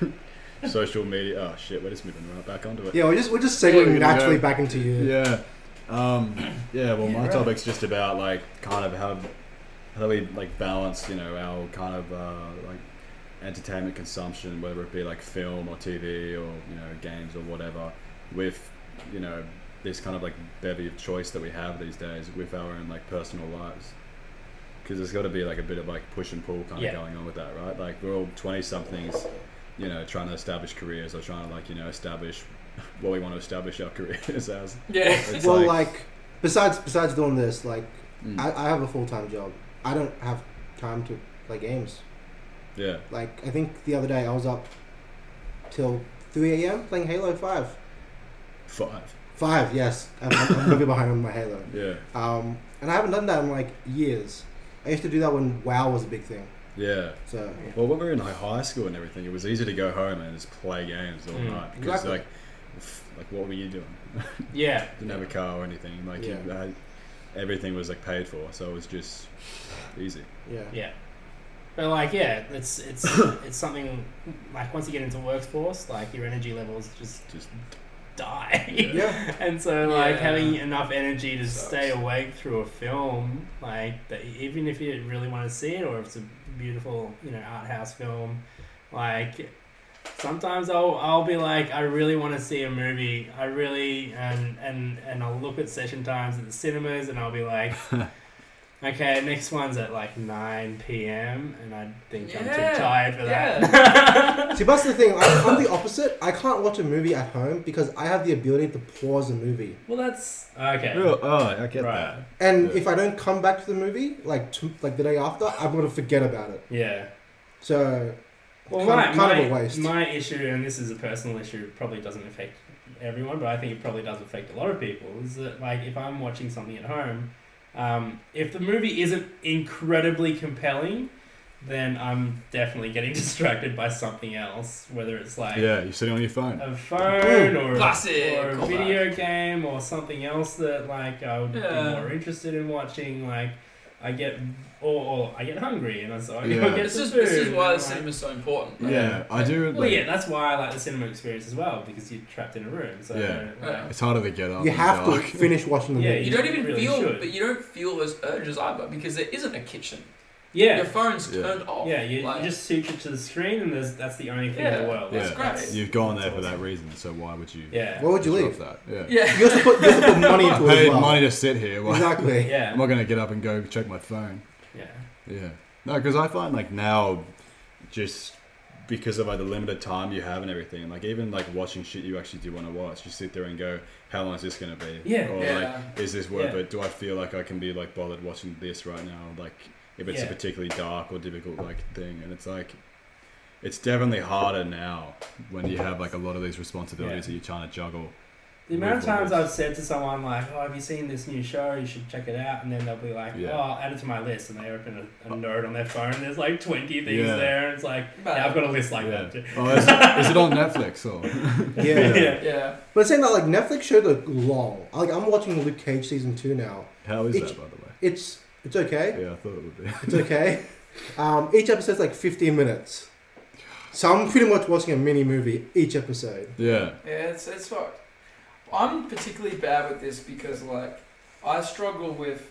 Speaker 4: [LAUGHS] social media. Oh shit, we're just moving right back onto it.
Speaker 1: Yeah, we're just, we're just
Speaker 4: Yeah,
Speaker 1: segueing
Speaker 4: yeah.
Speaker 1: naturally back into you.
Speaker 4: Yeah. Um, yeah. Well,
Speaker 2: Yeah,
Speaker 4: my
Speaker 2: right.
Speaker 4: topic's just about like kind of how how do we like balance you know our kind of uh, like entertainment consumption, whether it be like film or TV or you know games or whatever, with you know this kind of like bevy of choice that we have these days with our own like personal lives. Because there's got to be like a bit of like push and pull kind
Speaker 2: Yeah.
Speaker 4: of going on with that, right? Like we're all twenty somethings, you know, trying to establish careers or trying to like you know establish [LAUGHS] what we want to establish our [LAUGHS] careers as.
Speaker 3: Yeah, [LAUGHS]
Speaker 4: It's
Speaker 1: Well,
Speaker 4: like-
Speaker 1: like, besides besides doing this, like,
Speaker 4: Mm.
Speaker 1: I, I have a full time job. I don't have time to play games.
Speaker 4: yeah.
Speaker 1: Like I think the other day I was up till three a.m. playing Halo Five.
Speaker 4: Five.
Speaker 1: Five, yes. I'm, I'm I'm moving behind on my Halo.
Speaker 4: Yeah.
Speaker 1: Um, and I haven't done that in like years. I used to do that when WoW was a big thing.
Speaker 4: Yeah.
Speaker 1: So
Speaker 4: Well, when we were in like, high school and everything, it was easy to go home and just play games all
Speaker 2: Mm.
Speaker 4: night because
Speaker 1: Exactly.
Speaker 4: like, f- like what were you doing? [LAUGHS]
Speaker 2: Yeah.
Speaker 4: Didn't have a car or anything. Like you,
Speaker 1: Yeah.
Speaker 4: uh, everything was like paid for, so it was just easy.
Speaker 1: yeah,
Speaker 2: Yeah. But like, yeah, it's it's it's something like once you get into workforce, like your energy levels just
Speaker 4: Just
Speaker 2: die. [LAUGHS]
Speaker 1: yeah,
Speaker 2: And so, like
Speaker 3: Yeah.
Speaker 2: having enough energy to
Speaker 3: Sucks.
Speaker 2: stay awake through a film, like that, even if you really want to see it, or if it's a beautiful, you know, art house film, like sometimes I'll I'll be like, I really want to see a movie. I really and and and I'll look at session times at the cinemas, and I'll be like. Okay, next one's at like 9 p.m., and I think I'm
Speaker 3: Yeah,
Speaker 2: too tired for that.
Speaker 1: See, but that's the thing. I, I'm the opposite. I can't watch a movie at home because I have the ability to pause a movie.
Speaker 2: well, that's okay.
Speaker 4: Real- oh, I get
Speaker 2: Right.
Speaker 4: that.
Speaker 1: And
Speaker 4: Yeah.
Speaker 1: if I don't come back to the movie, like to, like the day after, I'm gonna forget about it.
Speaker 2: Yeah.
Speaker 1: So
Speaker 2: Well,
Speaker 1: Kind-
Speaker 2: my,
Speaker 1: kind
Speaker 2: my,
Speaker 1: of a waste.
Speaker 2: my issue, and this is a personal issue, probably doesn't affect everyone, but I think it probably does affect a lot of people, is that, like, if I'm watching something at home, um, if the movie isn't incredibly compelling, then I'm definitely getting [LAUGHS] distracted by something else, whether it's like
Speaker 4: Yeah, you're sitting on your phone.
Speaker 2: a phone [LAUGHS] or,
Speaker 3: Classic.
Speaker 2: or a
Speaker 3: Callback.
Speaker 2: video game or something else that like I would
Speaker 3: Yeah.
Speaker 2: be more interested in watching. Like I get or, or I get hungry and I so I
Speaker 4: Yeah.
Speaker 2: go get
Speaker 3: This
Speaker 2: some
Speaker 3: is this is
Speaker 2: food,
Speaker 3: why
Speaker 2: and,
Speaker 3: the
Speaker 2: like-
Speaker 3: cinema's so important.
Speaker 4: yeah, I do.
Speaker 2: Well,
Speaker 4: like,
Speaker 2: yeah, that's why I like the cinema experience as well because you're trapped in a room. So
Speaker 4: Yeah.
Speaker 2: like,
Speaker 4: It's harder to get up.
Speaker 1: you
Speaker 4: in
Speaker 1: have
Speaker 4: the
Speaker 1: to
Speaker 4: [LAUGHS] dark.
Speaker 1: finish watching the
Speaker 2: Yeah,
Speaker 1: movie.
Speaker 3: You don't even
Speaker 2: Really
Speaker 3: feel,
Speaker 2: should.
Speaker 3: but you don't feel those urges either because there isn't a kitchen.
Speaker 2: yeah,
Speaker 3: Your phone's
Speaker 4: Yeah.
Speaker 3: turned off.
Speaker 2: yeah, you,
Speaker 3: like-
Speaker 2: you just suture to the screen and there's, that's the only thing in
Speaker 3: Yeah,
Speaker 2: the world.
Speaker 4: yeah.
Speaker 2: Like,
Speaker 3: That's great.
Speaker 4: You've gone there
Speaker 2: That's
Speaker 4: for that
Speaker 2: awesome.
Speaker 4: reason, so why would you?
Speaker 2: Yeah,
Speaker 1: Why would you
Speaker 4: [LAUGHS]
Speaker 1: leave?
Speaker 4: disrupt That?
Speaker 3: [LAUGHS]
Speaker 4: Yeah.
Speaker 3: yeah.
Speaker 1: You have to put, you have to put money
Speaker 4: I
Speaker 1: into it. as
Speaker 4: paid
Speaker 1: well.
Speaker 4: money to sit here. Why? [LAUGHS]
Speaker 1: Exactly.
Speaker 4: I'm
Speaker 2: yeah,
Speaker 4: not going to get up and go check my phone.
Speaker 2: yeah.
Speaker 4: Yeah. No, because I find like now, just because of like the limited time you have and everything, like even like watching shit you actually do want to watch, you sit there and go, how long is this going to be?
Speaker 2: Yeah.
Speaker 4: Or
Speaker 3: Yeah.
Speaker 4: like, is this worth
Speaker 2: Yeah.
Speaker 4: it? Do I feel like I can be like bothered watching this right now? Like, if it's a
Speaker 2: Yeah.
Speaker 4: particularly dark or difficult like thing, and it's like. It's definitely harder now when you have like a lot of these
Speaker 2: Yeah.
Speaker 4: responsibilities that you're trying to juggle.
Speaker 2: The amount of
Speaker 4: Move on
Speaker 2: times
Speaker 4: this.
Speaker 2: I've said to someone like, "Oh, have you seen this new show? You should check it out," and then they'll be like,
Speaker 4: Yeah.
Speaker 2: "Oh, I'll add it to my list," and they open a, a note on their phone. And there's like twenty things
Speaker 4: Yeah.
Speaker 2: there, and it's like,
Speaker 3: But-
Speaker 2: "Yeah, I've got a list like
Speaker 4: yeah.
Speaker 2: that." Too.
Speaker 4: Oh, is, is it on Netflix or?
Speaker 2: [LAUGHS]
Speaker 1: Yeah.
Speaker 2: Yeah.
Speaker 3: yeah.
Speaker 1: But saying that, like Netflix shows are long. Like I'm watching Luke Cage season two now.
Speaker 4: How is
Speaker 1: It's-
Speaker 4: that, by the
Speaker 1: It's it's okay.
Speaker 4: way? Yeah, I thought it would be. [LAUGHS]
Speaker 1: It's okay. Um, each episode's like 15 minutes. So I'm pretty much watching a mini movie each episode.
Speaker 4: Yeah.
Speaker 3: Yeah, it's it's fucked. I'm particularly bad with this because like I struggle with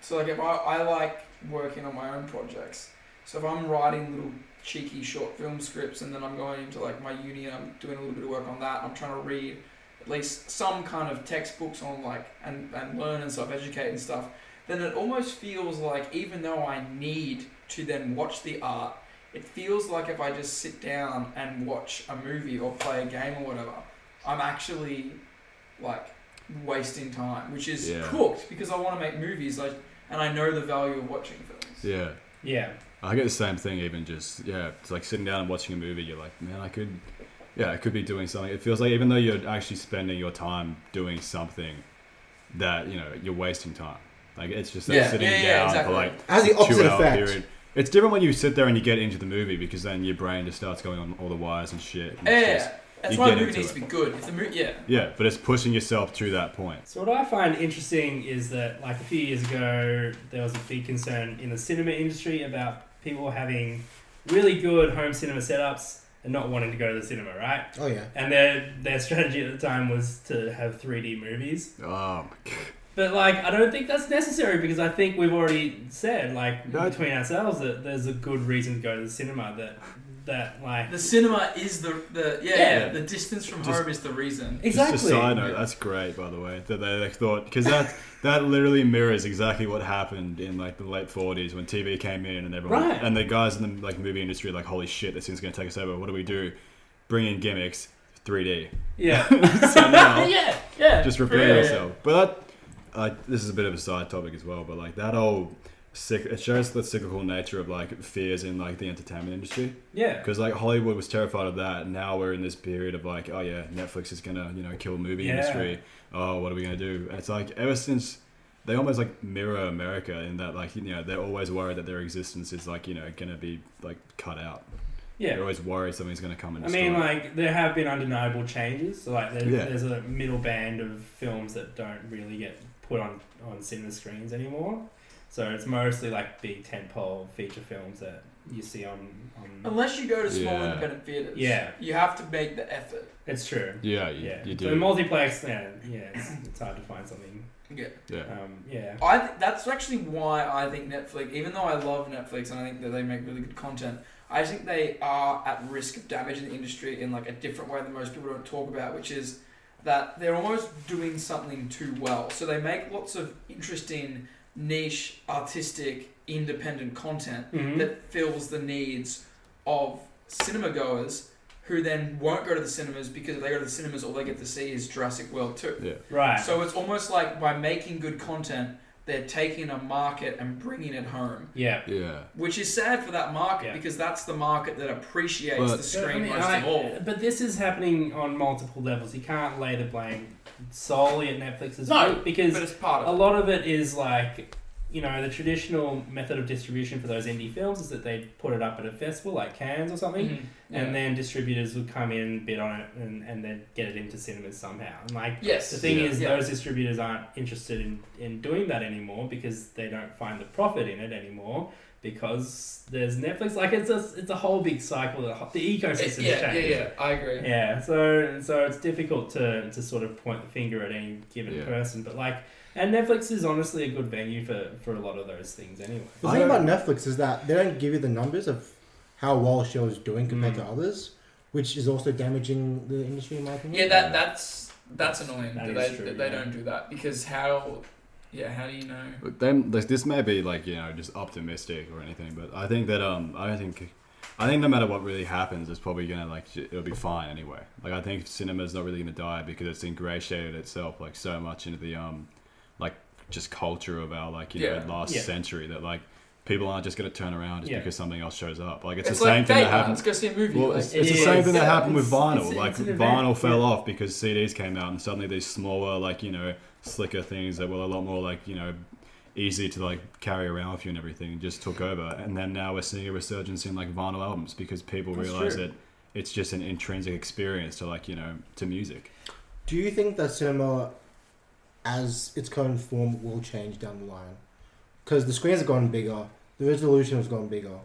Speaker 3: so like if I, I like working on my own projects. So if I'm writing little cheeky short film scripts and then I'm going into like my uni and I'm doing a little bit of work on that, I'm trying to read at least some kind of textbooks on like and, and learn and stuff, educate and stuff, then it almost feels like even though I need to then watch the art, it feels like if I just sit down and watch a movie or play a game or whatever, I'm actually like wasting time, which is
Speaker 4: Yeah.
Speaker 3: cooked because I want to make movies like and I know the value of watching films.
Speaker 4: Yeah.
Speaker 2: Yeah,
Speaker 4: I get the same thing. Even just yeah, it's like sitting down and watching a movie. You're like, man, I could, yeah, I could be doing something. It feels like even though you're actually spending your time doing something, that you know you're wasting time. Like it's just that
Speaker 3: Yeah.
Speaker 4: sitting
Speaker 3: Yeah, yeah,
Speaker 4: down
Speaker 3: exactly.
Speaker 4: for like
Speaker 1: Has the opposite
Speaker 4: two hour
Speaker 1: effect.
Speaker 4: period. It's different when you sit there and you get into the movie because then your brain just starts going on all the wires and shit. and
Speaker 3: Yeah,
Speaker 4: it's just-
Speaker 3: that's
Speaker 4: you
Speaker 3: why a
Speaker 4: get
Speaker 3: movie
Speaker 4: into
Speaker 3: needs
Speaker 4: it.
Speaker 3: to be good. If the movie, yeah,
Speaker 4: yeah, but it's pushing yourself to that point.
Speaker 2: So what I find interesting is that like a few years ago there was a big concern in the cinema industry about people having really good home cinema setups and not wanting to go to the cinema, right?
Speaker 1: Oh, yeah.
Speaker 2: And their their strategy at the time was to have 3D movies.
Speaker 4: Oh, my God.
Speaker 2: But like I don't think that's necessary because I think we've already said like
Speaker 4: No.
Speaker 2: between ourselves that there's a good reason to go to the cinema that that like
Speaker 3: the cinema is the the yeah,
Speaker 2: Yeah.
Speaker 3: the distance from
Speaker 4: Just-
Speaker 3: home is the reason.
Speaker 2: exactly
Speaker 4: Just a side note,
Speaker 3: Yeah.
Speaker 4: that's great, by the way, that they like, thought because that that literally mirrors exactly what happened in like the late '40s when TV came in and everyone
Speaker 2: Right.
Speaker 4: and the guys in the like movie industry like, holy shit, this thing's gonna take us over. What do we do? Bring in gimmicks, 3D. [LAUGHS]
Speaker 2: [LAUGHS] yeah
Speaker 4: So now,
Speaker 3: yeah, yeah.
Speaker 4: just
Speaker 3: for
Speaker 4: repeat
Speaker 3: real.
Speaker 4: yourself. But that, uh, this is a bit of a side topic as well. But like that whole cyc- it shows the cyclical nature of like fears in like the entertainment industry
Speaker 2: Yeah.
Speaker 4: because like Hollywood was terrified of that. and Now we're in this period of like, oh yeah, Netflix is gonna you know kill movie
Speaker 2: Yeah.
Speaker 4: industry. Oh, what are we gonna do? And it's like ever since they almost like mirror America in that like you know they're always worried that their existence is like you know gonna be like cut out. They're
Speaker 2: Yeah.
Speaker 4: always worried something's gonna come and
Speaker 2: I
Speaker 4: destroy.
Speaker 2: mean,
Speaker 4: it.
Speaker 2: like, there have been undeniable changes. So, like, there,
Speaker 4: Yeah.
Speaker 2: there's a middle band of films that don't really get put on, on cinema screens anymore. So it's mostly like big tentpole feature films that you see on. on
Speaker 3: Unless you go to small
Speaker 4: Yeah.
Speaker 3: independent theaters,
Speaker 2: Yeah.
Speaker 3: you have to make the effort.
Speaker 2: it's true.
Speaker 4: yeah, you,
Speaker 2: Yeah.
Speaker 4: you
Speaker 2: So
Speaker 4: do.
Speaker 2: multiplex, yeah, yeah it's, it's hard to find something.
Speaker 3: Yeah.
Speaker 4: yeah.
Speaker 2: Um, yeah.
Speaker 3: I th- that's actually why I think Netflix, even though I love Netflix and I think that they make really good content, I think they are at risk of damaging the industry in like a different way that most people don't talk about, which is that they're almost doing something too well. So they make lots of interesting, niche, artistic, independent content
Speaker 2: Mhm.
Speaker 3: that fills the needs of cinema goers who then won't go to the cinemas because if they go to the cinemas, all they get to see is Jurassic World 2.
Speaker 4: Yeah.
Speaker 2: Right.
Speaker 3: So it's almost like by making good content, they're taking a market and bringing it home,
Speaker 2: yeah.
Speaker 4: Yeah.
Speaker 3: which is sad for that market
Speaker 2: Yeah.
Speaker 3: because that's the market that appreciates
Speaker 4: But-
Speaker 3: the
Speaker 2: But, I
Speaker 3: screen
Speaker 2: mean,
Speaker 3: most
Speaker 2: I-
Speaker 3: of all.
Speaker 2: But this is happening on multiple levels. You can't lay the blame solely at Netflix's
Speaker 3: No,
Speaker 2: feet because
Speaker 3: But it's part
Speaker 2: a
Speaker 3: of it.
Speaker 2: lot of it is like you know the traditional method of distribution for those indie films is that they put it up at a festival like Cannes or something,
Speaker 3: Mhm.
Speaker 2: Mm-hmm. and
Speaker 3: Yeah.
Speaker 2: then distributors would come in, bid on it, and, and then get it into cinemas somehow. And like
Speaker 3: yes,
Speaker 2: the thing
Speaker 4: Yeah.
Speaker 2: is,
Speaker 3: Yeah.
Speaker 2: those distributors aren't interested in, in doing that anymore because they don't find the profit in it anymore because there's Netflix. Like it's a it's a whole big cycle. The, ho- the ecosystem
Speaker 3: yeah, yeah,
Speaker 2: changes.
Speaker 3: yeah, I agree.
Speaker 2: Yeah, so so it's difficult to, to sort of point the finger at any given
Speaker 4: Yeah.
Speaker 2: person, but like, and Netflix is honestly a good venue for, for a lot of those things anyway.
Speaker 1: The thing about Netflix is that they don't give you the numbers of how well a show is doing compared to others, which is also damaging the industry in my opinion.
Speaker 3: Yeah, that that's that's annoying.
Speaker 2: That is
Speaker 3: that they
Speaker 2: true,
Speaker 3: that they
Speaker 2: yeah.
Speaker 3: don't do that because how? Yeah, how do you know?
Speaker 4: But then like, this may be like you know just optimistic or anything, but I think that um I don't think I think no matter what really happens, it's probably gonna like j- it'll be fine anyway. Like I think cinema's not really gonna die because it's ingratiated itself like so much into the um like just culture of our like you
Speaker 3: Yeah.
Speaker 4: know last
Speaker 2: Yeah.
Speaker 4: century that like people aren't just gonna turn around just
Speaker 2: Yeah.
Speaker 4: because something else shows up. Like it's,
Speaker 3: It's,
Speaker 4: the
Speaker 3: like,
Speaker 4: same thing
Speaker 3: hey,
Speaker 4: that
Speaker 3: man,
Speaker 4: happened.
Speaker 3: let's go see a movie.
Speaker 4: Well,
Speaker 3: Like,
Speaker 4: it's, it's the
Speaker 2: it
Speaker 4: same
Speaker 2: is.
Speaker 4: thing that
Speaker 2: Yeah,
Speaker 4: happened with
Speaker 2: it's-
Speaker 4: vinyl.
Speaker 2: it's-
Speaker 4: like
Speaker 2: it's an event,
Speaker 4: vinyl fell
Speaker 2: yeah.
Speaker 4: off because CDs came out, and suddenly these smaller, like you know, slicker things that were a lot more like you know, easy to like carry around with you and everything just took over. And then now we're seeing a resurgence in like vinyl albums because people
Speaker 3: That's
Speaker 4: realize
Speaker 3: true.
Speaker 4: that it's just an intrinsic experience to like you know to music.
Speaker 1: Do you think that cinema, as its current form, will change down the line? Because the screens have gotten bigger, the resolution has gotten bigger.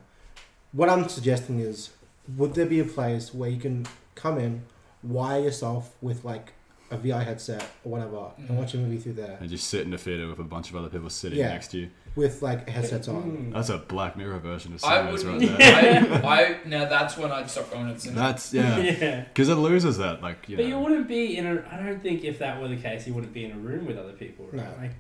Speaker 1: What I'm suggesting is, would there be a place where you can come in, wire yourself with like a VR headset or whatever, and watch a movie through there
Speaker 4: And just sit in a theater with a bunch of other people sitting
Speaker 1: Yeah.
Speaker 4: next to you.
Speaker 1: with like headsets on?
Speaker 2: Mm. [LAUGHS]
Speaker 4: That's a Black Mirror version of
Speaker 3: I
Speaker 4: Silence right
Speaker 3: wouldn't. [LAUGHS]
Speaker 4: there. [LAUGHS]
Speaker 3: I, I now that's when I'd stop going to the cinema.
Speaker 4: That's
Speaker 2: [LAUGHS]
Speaker 4: yeah,
Speaker 2: yeah.
Speaker 4: because it loses that like you
Speaker 2: But you
Speaker 4: know.
Speaker 2: wouldn't be in a. I don't think if that were the case, you wouldn't be in a room with other people, right?
Speaker 1: No.
Speaker 2: Like,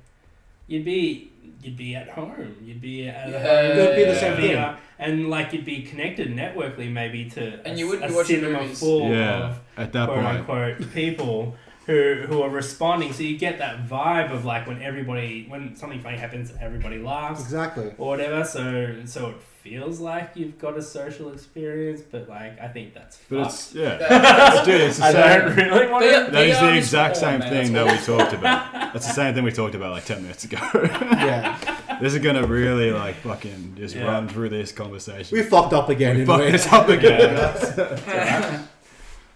Speaker 2: you'd be you'd be at home. You'd be at a
Speaker 3: Yeah.
Speaker 2: home.
Speaker 1: It would be the
Speaker 2: with
Speaker 1: same thing.
Speaker 2: VR, and like you'd be connected networkly maybe to
Speaker 3: And
Speaker 2: a,
Speaker 3: you wouldn't
Speaker 2: a
Speaker 3: be watching
Speaker 2: cinema
Speaker 3: movies.
Speaker 2: full of
Speaker 4: yeah, at that
Speaker 2: quote
Speaker 4: point,
Speaker 2: unquote people who who are responding. So you get that vibe of like when everybody when something funny happens, everybody laughs
Speaker 1: Exactly.
Speaker 2: or whatever. So so it feels like you've got a social experience, but like I think that's
Speaker 4: but
Speaker 2: fucked.
Speaker 4: it's yeah.
Speaker 3: That's-
Speaker 4: Dude, it's the
Speaker 2: I
Speaker 4: same.
Speaker 2: don't really want [LAUGHS] to.
Speaker 4: That is
Speaker 3: VR
Speaker 4: the
Speaker 3: is
Speaker 4: exact
Speaker 3: porn,
Speaker 4: same
Speaker 3: man.
Speaker 4: thing that
Speaker 3: That's
Speaker 4: we talked
Speaker 3: [LAUGHS]
Speaker 4: about. That's the same thing we talked about like ten minutes ago. [LAUGHS]
Speaker 1: yeah,
Speaker 4: this is gonna really like fucking just
Speaker 2: Yeah.
Speaker 4: run through this conversation.
Speaker 1: we fucked up again.
Speaker 4: We
Speaker 1: didn't
Speaker 4: fuck
Speaker 1: we?
Speaker 4: this up [LAUGHS] again.
Speaker 1: [LAUGHS]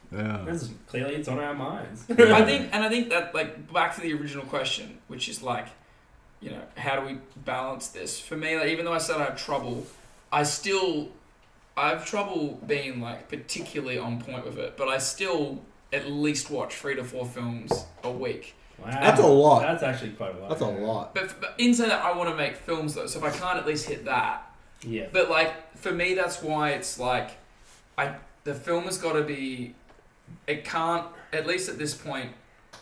Speaker 4: Yeah.
Speaker 2: That's- Clearly, it's on our minds.
Speaker 3: I think, and I think that like back to the original question, which is like, you know, how do we balance this? For me, like, even though I said I have trouble, I still, I have trouble being like particularly on point with it. But I still at least watch three to four films a week.
Speaker 2: Wow.
Speaker 1: That's a lot.
Speaker 2: That's actually quite a lot.
Speaker 1: That's a lot.
Speaker 3: But, but inside that, I want to make films though. So if I can't at least hit that,
Speaker 2: Yeah.
Speaker 3: But like for me, that's why it's like, I the film has got to be, it can't at least at this point,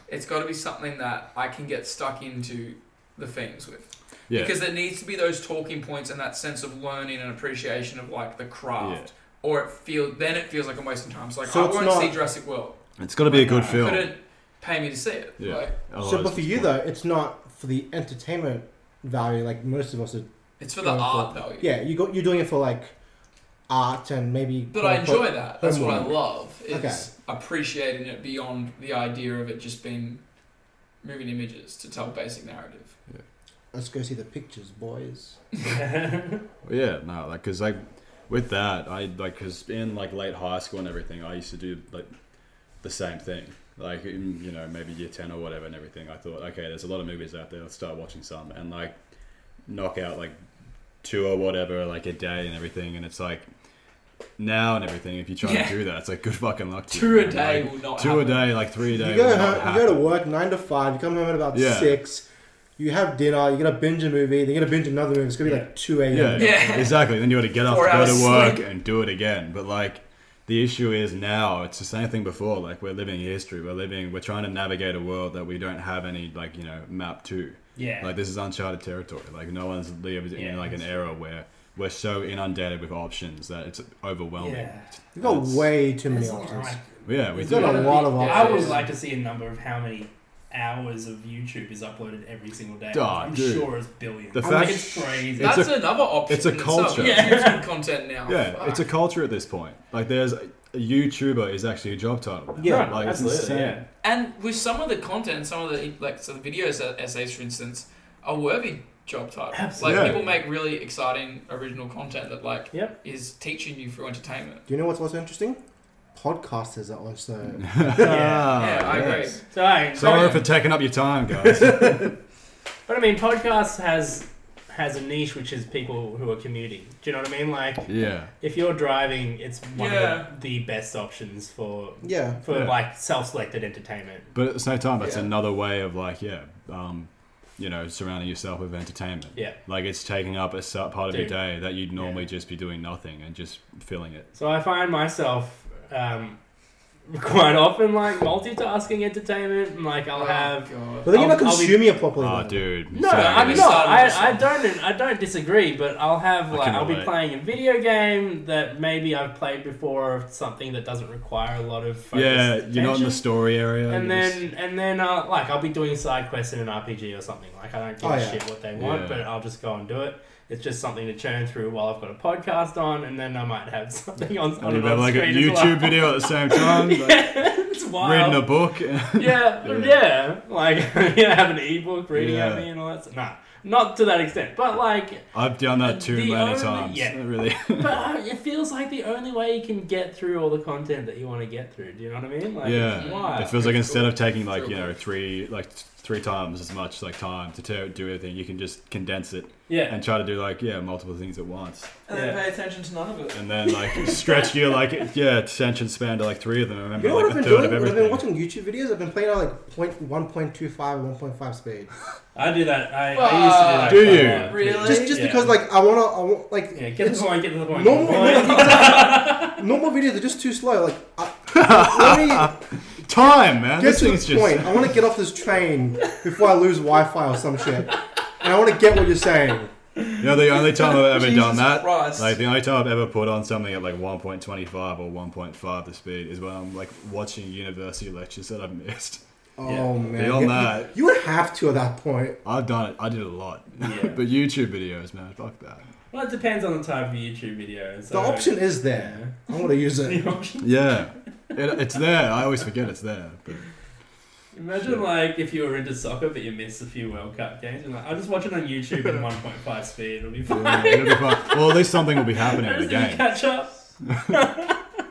Speaker 3: it's got to be something that I can get stuck into the themes with
Speaker 4: Yeah.
Speaker 3: because there needs to be those talking points and that sense of learning and appreciation of like the craft. Or it feel then it feels like I'm wasting time. So like
Speaker 1: So
Speaker 3: I
Speaker 1: it's
Speaker 3: won't
Speaker 1: not-
Speaker 3: see Jurassic World.
Speaker 4: it's gotta be a good
Speaker 2: I
Speaker 4: film.
Speaker 3: Couldn't pay me to see it.
Speaker 4: Yeah.
Speaker 3: Like,
Speaker 4: Otherwise
Speaker 1: so, but
Speaker 4: Oh, it's
Speaker 1: for you
Speaker 4: boring.
Speaker 1: though, it's not for the entertainment value. Like most of us are
Speaker 3: It's for the
Speaker 1: Going
Speaker 3: art value.
Speaker 1: Yeah, you got you're doing it for like art and maybe.
Speaker 3: But I
Speaker 1: quote-unquote-
Speaker 3: enjoy that. That's what I
Speaker 1: homework.
Speaker 3: love. Is
Speaker 1: Okay.
Speaker 3: appreciating it beyond the idea of it just being moving images to tell basic narrative.
Speaker 1: Let's go see the pictures, boys.
Speaker 4: Yeah, no, like because like with that, I like because in like late high school and everything, I used to do like the same thing. Like in, you know maybe year ten or whatever and everything. I thought okay, there's a lot of movies out there. Let's start watching some and like knock out like two or whatever like a day and everything. And it's like now and everything. If you try
Speaker 3: Yeah.
Speaker 4: to do that, it's like good fucking luck. To
Speaker 3: Two
Speaker 4: you,
Speaker 3: a day
Speaker 4: Like,
Speaker 3: will not
Speaker 4: two a
Speaker 3: happen.
Speaker 4: day, like three a day.
Speaker 1: You
Speaker 4: will
Speaker 1: go
Speaker 4: not
Speaker 1: home, you go to
Speaker 4: happen.
Speaker 1: work nine to five. You come home at about
Speaker 4: Yeah.
Speaker 1: six. You have dinner. You're gonna binge a movie. Then you're gonna binge another movie. It's gonna be like two a.m.
Speaker 4: Yeah,
Speaker 3: Yeah.
Speaker 4: exactly. Then you got to get up,
Speaker 3: Four
Speaker 4: go
Speaker 3: hours
Speaker 4: to work,
Speaker 3: sleep.
Speaker 4: and do it again. But like, the issue is now it's the same thing before. Like we're living history. We're living. We're trying to navigate a world that we don't have any like you know map to.
Speaker 2: yeah.
Speaker 4: Like this is uncharted territory. Like no one's lived
Speaker 2: Yeah.
Speaker 4: in like an era where we're so inundated with options that it's overwhelming.
Speaker 2: Yeah.
Speaker 1: You've got
Speaker 4: It's-
Speaker 1: way too many
Speaker 2: There's a
Speaker 1: options.
Speaker 2: lot.
Speaker 4: Yeah, we
Speaker 1: You've
Speaker 4: do.
Speaker 1: got a
Speaker 3: Yeah.
Speaker 1: lot of
Speaker 3: Yeah.
Speaker 2: I
Speaker 1: options.
Speaker 2: would like to see a number of how many hours of YouTube is uploaded every single day.
Speaker 4: Duh,
Speaker 2: I'm
Speaker 4: dude.
Speaker 2: sure it's billions.
Speaker 4: The
Speaker 2: I'm
Speaker 4: fact-
Speaker 2: like, it's crazy.
Speaker 4: It's
Speaker 3: That's
Speaker 4: a-
Speaker 3: another option.
Speaker 4: it's a
Speaker 3: in itself.
Speaker 4: culture.
Speaker 3: Yeah, YouTube content now.
Speaker 4: Yeah,
Speaker 3: Fuck.
Speaker 4: it's a culture at this point. Like there's a YouTuber is actually a job title. now.
Speaker 1: Yeah,
Speaker 4: like
Speaker 2: absolutely,
Speaker 4: it's insane.
Speaker 2: yeah.
Speaker 3: And with some of the content, some of the like so the videos that essays, for instance, are worthy job titles.
Speaker 4: Absolutely.
Speaker 3: Like
Speaker 4: Yeah.
Speaker 3: people make really exciting original content that like
Speaker 2: Yep.
Speaker 3: is teaching you through entertainment.
Speaker 1: Do you know what's also interesting? Podcasters are
Speaker 4: [LAUGHS]
Speaker 1: also.
Speaker 3: yeah, I agree.
Speaker 4: Ah, yes.
Speaker 2: So, I,
Speaker 4: Sorry for taking up your time, guys. [LAUGHS]
Speaker 2: but I mean, podcast has has a niche which is people who are commuting. Do you know what I mean? Like,
Speaker 4: yeah.
Speaker 2: if you're driving, it's one
Speaker 3: Yeah.
Speaker 2: of the, the best options for
Speaker 1: Yeah.
Speaker 2: for
Speaker 4: Yeah.
Speaker 2: like self-selected entertainment.
Speaker 4: But at the same time, that's
Speaker 3: Yeah.
Speaker 4: another way of like, yeah, um, you know, surrounding yourself with entertainment.
Speaker 2: Yeah.
Speaker 4: Like it's taking up a su- part of your
Speaker 2: Dude.
Speaker 4: day that you'd normally
Speaker 2: Yeah.
Speaker 4: just be doing nothing and just filling it.
Speaker 2: So I find myself um, [LAUGHS] quite often like multitasking entertainment, and like I'll
Speaker 3: Oh,
Speaker 2: have.
Speaker 3: God.
Speaker 1: But then you're not
Speaker 2: I'll- I'll be-
Speaker 1: consuming it properly.
Speaker 4: Oh,
Speaker 1: though.
Speaker 4: dude.
Speaker 2: No,
Speaker 4: sorry.
Speaker 2: I'm
Speaker 3: you
Speaker 2: not.
Speaker 3: started this
Speaker 2: I, I
Speaker 3: one.
Speaker 2: don't. I don't disagree, but I'll have
Speaker 4: I
Speaker 2: like
Speaker 4: can
Speaker 2: I'll be
Speaker 4: relate.
Speaker 2: playing a video game that maybe I've played before, or something that doesn't require a lot of focus.
Speaker 4: Yeah, you're not in the story area.
Speaker 2: And
Speaker 4: you're just-
Speaker 2: then and then uh, like I'll be doing side quests in an RPG or something. Like I don't give
Speaker 1: Oh,
Speaker 2: a
Speaker 1: yeah.
Speaker 2: shit what they want,
Speaker 4: Yeah.
Speaker 2: but I'll just go and do it. It's just something to churn through while I've got a podcast on, and then I might have [LAUGHS] something on,
Speaker 4: and
Speaker 2: on,
Speaker 4: you
Speaker 2: on,
Speaker 4: have like a
Speaker 2: screen as
Speaker 4: YouTube
Speaker 2: well.
Speaker 4: video at the
Speaker 2: [LAUGHS]
Speaker 4: same time, like,
Speaker 2: yeah, [LAUGHS] it's wild.
Speaker 4: reading a book. [LAUGHS]
Speaker 2: yeah,
Speaker 4: Yeah.
Speaker 2: yeah, Like, [LAUGHS] yeah, have an ebook reading
Speaker 4: Yeah.
Speaker 2: at me and all that. Stuff. Nah, not to that extent. But like,
Speaker 4: I've done that too
Speaker 2: The
Speaker 4: many
Speaker 2: only-
Speaker 4: times.
Speaker 2: yeah. [LAUGHS]
Speaker 4: Really.
Speaker 2: but uh, it feels like the only way you can get through all the content that you want to get through. Do you know what I mean? Like,
Speaker 4: Yeah.
Speaker 2: it's wild.
Speaker 4: It feels like instead of taking like
Speaker 3: Real
Speaker 4: you know
Speaker 3: quick.
Speaker 4: three like three times as much like time to t- do everything, you can just condense it
Speaker 2: yeah,
Speaker 4: and try to do like yeah multiple things at once,
Speaker 3: And then
Speaker 2: Yeah.
Speaker 3: pay attention to none of it.
Speaker 4: and then
Speaker 1: [LAUGHS]
Speaker 4: like stretch your like yeah attention span to like three of them. I remember
Speaker 1: You know
Speaker 4: like
Speaker 1: what I've been
Speaker 4: the third
Speaker 1: doing?
Speaker 4: of
Speaker 1: I've been
Speaker 4: everything.
Speaker 1: watching YouTube videos. I've been playing at like point one point two five, one point five speed.
Speaker 2: I do that. I, I used to
Speaker 4: Do
Speaker 2: do that.
Speaker 4: you?
Speaker 2: quite a lot.
Speaker 3: Really?
Speaker 1: Just, just
Speaker 2: Yeah.
Speaker 1: because like I wanna, I want like
Speaker 2: Yeah, get to
Speaker 1: it's-
Speaker 2: the point. Get to the point.
Speaker 1: normal,
Speaker 2: Get to the
Speaker 1: [LAUGHS]
Speaker 2: point.
Speaker 4: [LAUGHS]
Speaker 1: normal videos are just too slow. Like, I, let me
Speaker 4: Time, man.
Speaker 1: get
Speaker 4: This
Speaker 1: to
Speaker 4: thing's
Speaker 1: the point.
Speaker 4: just
Speaker 1: I want to get off this train before I lose Wi-Fi or some shit, and I want to get what you're saying.
Speaker 4: you know the only time I've ever done
Speaker 3: Jesus
Speaker 4: that.
Speaker 3: Christ.
Speaker 4: Like the only time I've ever put on something at like 1.25 or 1.5 the speed is when I'm like watching university lectures that I've missed.
Speaker 1: Oh
Speaker 2: Yeah.
Speaker 1: [LAUGHS] man,
Speaker 4: Beyond
Speaker 1: You-
Speaker 4: that-
Speaker 1: you would have to at that point.
Speaker 4: I've done it. I did a lot.
Speaker 2: Yeah.
Speaker 4: [LAUGHS] but YouTube videos, man, fuck that.
Speaker 2: Well, it depends on the type of YouTube video. So,
Speaker 1: The option is there. I want to use it.
Speaker 2: [LAUGHS]
Speaker 4: [LAUGHS]
Speaker 2: The option.
Speaker 4: Yeah, it, it's there. I always forget it's there. But
Speaker 2: Imagine
Speaker 4: Shit.
Speaker 2: like if you were into soccer but you missed a few World Cup games and like I'll just watch it on YouTube
Speaker 4: [LAUGHS]
Speaker 2: at 1.5 speed. It'll be fine.
Speaker 4: yeah, it'll be fun. Well, at least something will
Speaker 2: [LAUGHS]
Speaker 4: be happening in the
Speaker 2: Just need to
Speaker 4: game.
Speaker 2: catch up. [LAUGHS]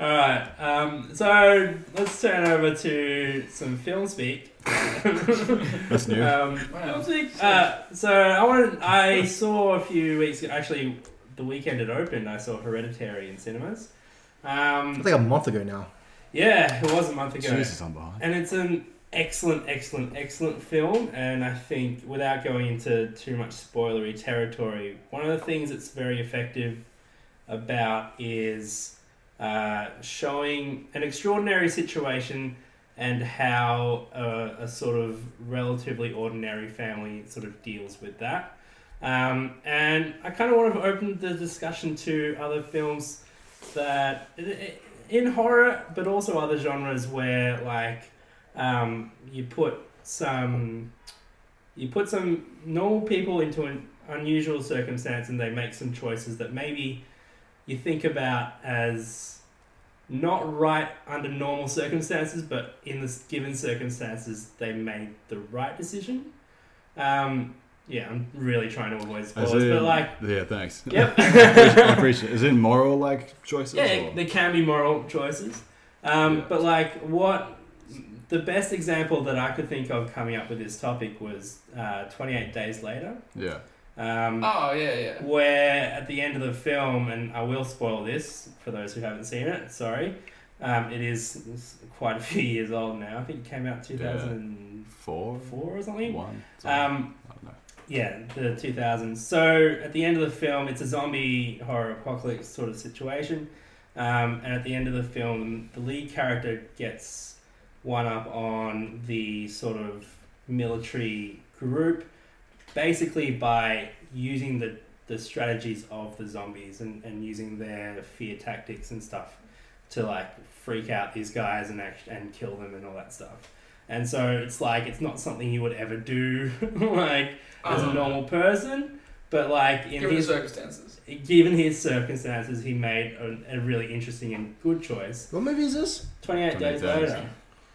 Speaker 2: All right. Um, so let's turn over to some film speak.
Speaker 4: [LAUGHS] That's new.
Speaker 2: Um,
Speaker 3: Wow.
Speaker 2: uh, so I wanted. I saw a few weeks actually the weekend it opened. I saw Hereditary in cinemas.
Speaker 1: It's
Speaker 2: Um,
Speaker 1: like a month ago now.
Speaker 2: yeah, it was a month ago.
Speaker 4: Jesus, I'm behind.
Speaker 2: And it's an excellent, excellent, excellent film. And I think, without going into too much spoilery territory, one of the things that's very effective about is uh, showing an extraordinary situation and how uh, a, a sort of relatively ordinary family sort of deals with that. Um, and I kind of want to open the discussion to other films that in horror, but also other genres where like um, you put some You put some normal people into an unusual circumstance and they make some choices that maybe you think about as not right under normal circumstances, but in this given circumstances, they made the right decision. Um, yeah, I'm really trying to avoid spoilers,
Speaker 4: As in,
Speaker 2: but
Speaker 4: [LAUGHS]
Speaker 2: like,
Speaker 4: yeah, thanks. I
Speaker 2: yep. [LAUGHS]
Speaker 4: appreciate. It. Is it moral like choices?
Speaker 2: Yeah,
Speaker 4: or-
Speaker 2: there can be moral choices. Um,
Speaker 4: Yeah.
Speaker 2: But like, what the best example that I could think of coming up with this topic was uh, 28 Days Later,
Speaker 4: yeah.
Speaker 2: um,
Speaker 3: Oh yeah, yeah.
Speaker 2: where at the end of the film, and I will spoil this for those who haven't seen it. Sorry, um, it is it's quite a few years old now. I think it came out 2004
Speaker 4: Four,
Speaker 2: or something.
Speaker 4: one.
Speaker 2: Um,
Speaker 4: I don't know.
Speaker 2: yeah, the 2000s. So at the end of the film, it's a zombie horror apocalypse sort of situation. Um, and at the end of the film, the lead character gets one up on the sort of military group basically by using the, the strategies of the zombies and, and using their fear tactics and stuff to like freak out these guys and act- and kill them and all that stuff. And so it's like it's not something you would ever do [LAUGHS] like as a
Speaker 3: Um,
Speaker 2: normal person, but like in
Speaker 3: given the
Speaker 2: his
Speaker 3: circumstances,
Speaker 2: given his circumstances, he made a, a really interesting and good choice.
Speaker 1: What movie is this?
Speaker 2: Twenty eight days
Speaker 4: 28 days.
Speaker 2: later.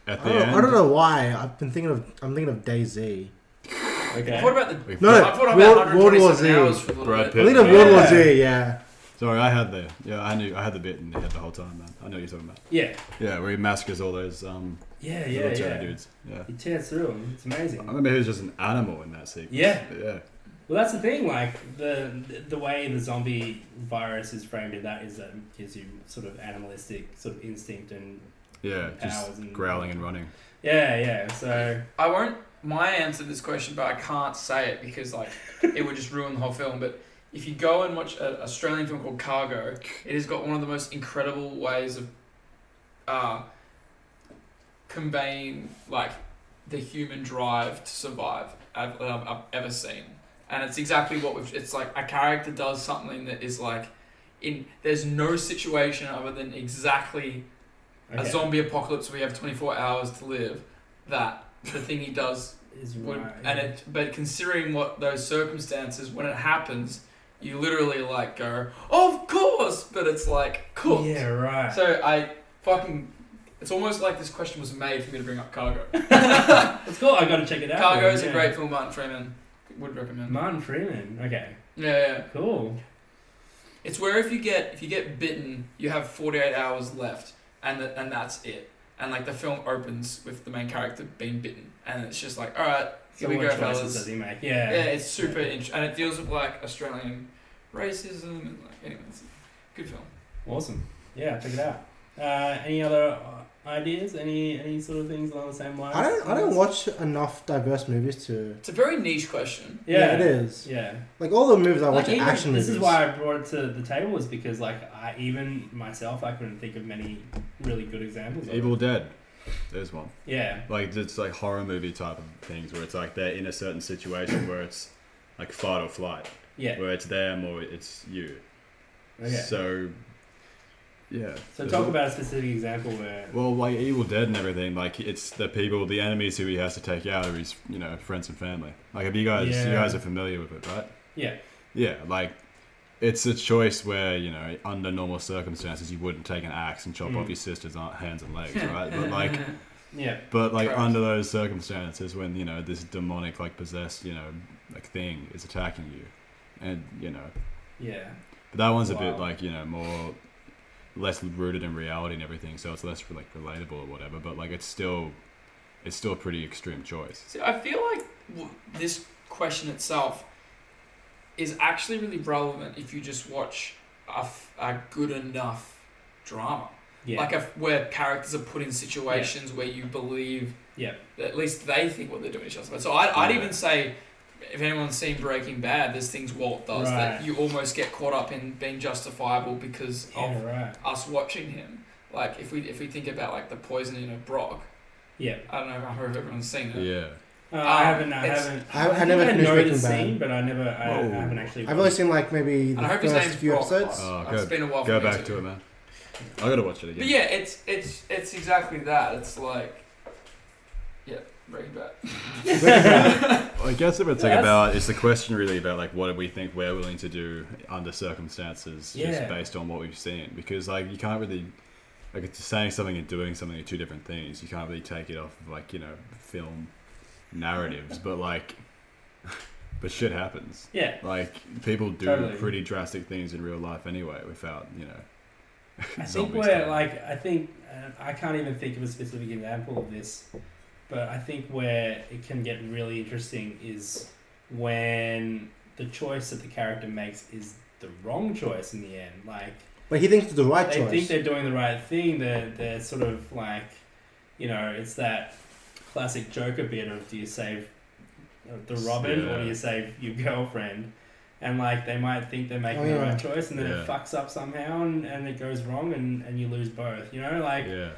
Speaker 4: At
Speaker 1: I
Speaker 4: the
Speaker 1: don't,
Speaker 4: end,
Speaker 1: I don't know why. I've been thinking of. I'm thinking of Daisy.
Speaker 2: Okay.
Speaker 3: what about the?
Speaker 4: we-
Speaker 1: No,
Speaker 3: I thought about
Speaker 1: World- World War
Speaker 3: 127 hours for a little
Speaker 4: Brad
Speaker 1: I
Speaker 4: Pitt.
Speaker 3: bit.
Speaker 1: think of
Speaker 2: Yeah.
Speaker 1: World War Z. Yeah.
Speaker 4: Sorry, I had the yeah, I knew I had the bit in the head the whole time, man. I know what you're talking about.
Speaker 2: Yeah.
Speaker 4: Yeah, where he massacres all those um
Speaker 2: Yeah, yeah,
Speaker 4: military
Speaker 2: yeah.
Speaker 4: dudes. Yeah,
Speaker 2: He tears through him. It's
Speaker 4: I
Speaker 2: amazing.
Speaker 4: remember he was just an animal in that sequence.
Speaker 2: Yeah.
Speaker 4: yeah,
Speaker 2: Well, that's the thing. Like the the way the zombie virus is framed in that is that it gives you sort of animalistic sort of instinct and
Speaker 4: yeah.
Speaker 2: Hours
Speaker 4: Just
Speaker 2: and-
Speaker 4: growling and running.
Speaker 2: yeah, yeah. So
Speaker 3: I won't my answer to this question, but I can't say it because like it would just ruin the whole film. But if you go and watch an Australian film called Cargo, it has got one of the most incredible ways of uh, conveying like the human drive to survive I've, that I've, I've ever seen, and it's exactly what we've. It's like a character does something that is like. In, there's no situation other than exactly a
Speaker 2: okay.
Speaker 3: zombie apocalypse where you have 24 hours to live that the thing he does
Speaker 2: is
Speaker 3: would
Speaker 2: right.
Speaker 3: and it but considering what those circumstances when it happens you literally like go of course but it's like cool
Speaker 2: Yeah, right.
Speaker 3: so i fucking it's almost like this question was made for me to bring up cargo
Speaker 2: It's cool. [LAUGHS] I gotta check it out.
Speaker 3: cargo
Speaker 2: then,
Speaker 3: is a
Speaker 2: yeah.
Speaker 3: great film martin freeman would recommend
Speaker 2: Martin Freeman. Okay,
Speaker 3: yeah yeah
Speaker 2: cool.
Speaker 3: It's where if you get if you get bitten, you have 48 hours left, and the, and that's it. And like the film opens with the main character being bitten, and it's just like, all right,
Speaker 2: So
Speaker 3: here we
Speaker 2: what
Speaker 3: go,
Speaker 2: choices
Speaker 3: fellas.
Speaker 2: does he make?
Speaker 3: Yeah,
Speaker 2: Yeah.
Speaker 3: it's super interesting, and it deals with like Australian racism and like anyway, it's a good film.
Speaker 2: Awesome. Yeah, check it out. Uh, any other uh, ideas? Any any sort of things along the same lines?
Speaker 1: I don't. I don't watch enough diverse movies to.
Speaker 3: It's a very niche question.
Speaker 2: Yeah,
Speaker 1: it is.
Speaker 2: Yeah.
Speaker 1: Like all the movies I watch
Speaker 2: Like,
Speaker 1: are
Speaker 2: even-
Speaker 1: action
Speaker 2: this
Speaker 1: movies.
Speaker 2: is why I brought it to the table is because like I even myself I couldn't think of many really good examples. Of
Speaker 4: Evil
Speaker 2: It.
Speaker 4: Dead, there's one.
Speaker 2: Yeah.
Speaker 4: Like it's like horror movie type of things where it's like they're in a certain situation where it's like fight or flight,
Speaker 2: Yeah.
Speaker 4: where it's them or it's you.
Speaker 2: Okay. So,
Speaker 4: So yeah. There's
Speaker 2: talk
Speaker 4: a-
Speaker 2: about a specific example where.
Speaker 4: Well, like Evil Dead and everything, like it's the people, the enemies who he has to take out are his, you know, friends and family. Like, if you guys, you
Speaker 2: Yeah.
Speaker 4: guys are familiar with it, right?
Speaker 2: Yeah.
Speaker 4: Yeah, like it's a choice where you know, under normal circumstances, you wouldn't take an axe and chop
Speaker 2: Mm.
Speaker 4: off your sister's ar- hands and
Speaker 2: [LAUGHS]
Speaker 4: legs, right? but like,
Speaker 2: Yeah.
Speaker 4: but like
Speaker 3: Correct.
Speaker 4: under those circumstances, when you know this demonic, like possessed, you know, like thing is attacking you, and you know,
Speaker 2: Yeah.
Speaker 4: but that one's a
Speaker 2: Wow.
Speaker 4: bit like you know more less rooted in reality and everything, so it's less like relatable or whatever. But like it's still it's still a pretty extreme choice.
Speaker 3: [LAUGHS] See, I feel like w- this question itself is actually really relevant if you just watch a, f- a good enough drama.
Speaker 2: Yeah.
Speaker 3: like a, where characters are put in situations where you believe
Speaker 2: Yeah.
Speaker 3: that at least they think what they're doing is justified. So I'd, I'd
Speaker 4: Yeah.
Speaker 3: even say, if anyone's seen Breaking Bad, there's things Walt does
Speaker 2: Right.
Speaker 3: that you almost get caught up in being justifiable because
Speaker 2: yeah.
Speaker 3: of
Speaker 2: Right.
Speaker 3: us watching him. Like if we if we think about like the poisoning of Brock,
Speaker 2: Yeah.
Speaker 3: I don't know if I hope everyone's seen that.
Speaker 4: Yeah.
Speaker 2: Uh, I
Speaker 3: Um,
Speaker 2: haven't. I
Speaker 3: it's-
Speaker 2: haven't.
Speaker 1: I- I
Speaker 2: think
Speaker 1: never finished
Speaker 2: know
Speaker 1: Breaking
Speaker 2: the
Speaker 1: Bad.
Speaker 2: scene, but I never. I, I
Speaker 4: Whoa.
Speaker 2: haven't actually.
Speaker 1: I've only seen like maybe
Speaker 3: And
Speaker 1: the
Speaker 3: I hope his
Speaker 1: first
Speaker 3: name's
Speaker 1: few
Speaker 3: Brock.
Speaker 1: episodes.
Speaker 4: Oh,
Speaker 3: Uh,
Speaker 4: go-
Speaker 3: it's been a while.
Speaker 4: Go
Speaker 3: for me
Speaker 4: back to it, man. I gotta watch it again.
Speaker 3: But yeah, it's it's it's exactly that. It's like, yeah, Breaking Bad.
Speaker 1: Breaking Bad.
Speaker 4: I guess if it's
Speaker 2: Yeah, that's-
Speaker 4: like about, it's the question really about like what do we think we're willing to do under circumstances,
Speaker 2: Yeah.
Speaker 4: just based on what we've seen, because like you can't really like it's saying something and doing something are two different things. You can't really take it off of like you know film narratives, but like, [LAUGHS] but shit happens.
Speaker 2: Yeah.
Speaker 4: Like people do
Speaker 2: Totally.
Speaker 4: pretty drastic things in real life anyway, without you know.
Speaker 2: I think
Speaker 4: zombies
Speaker 2: where
Speaker 4: down.
Speaker 2: like I think uh, I can't even think of a specific example of this, but I think where it can get really interesting is when the choice that the character makes is the wrong choice in the end. Like
Speaker 1: But he thinks it's the right
Speaker 2: they
Speaker 1: choice.
Speaker 2: think they're doing the right thing. They're they're sort of like, you know, it's that classic Joker bit of do you save the Robin or do
Speaker 4: Yeah.
Speaker 2: you save your girlfriend? And like they might think they're making
Speaker 1: Oh,
Speaker 2: the
Speaker 1: yeah.
Speaker 2: right choice, and then
Speaker 4: Yeah.
Speaker 2: it fucks up somehow, and, and it goes wrong, and, and you lose both. You know, like
Speaker 4: yeah.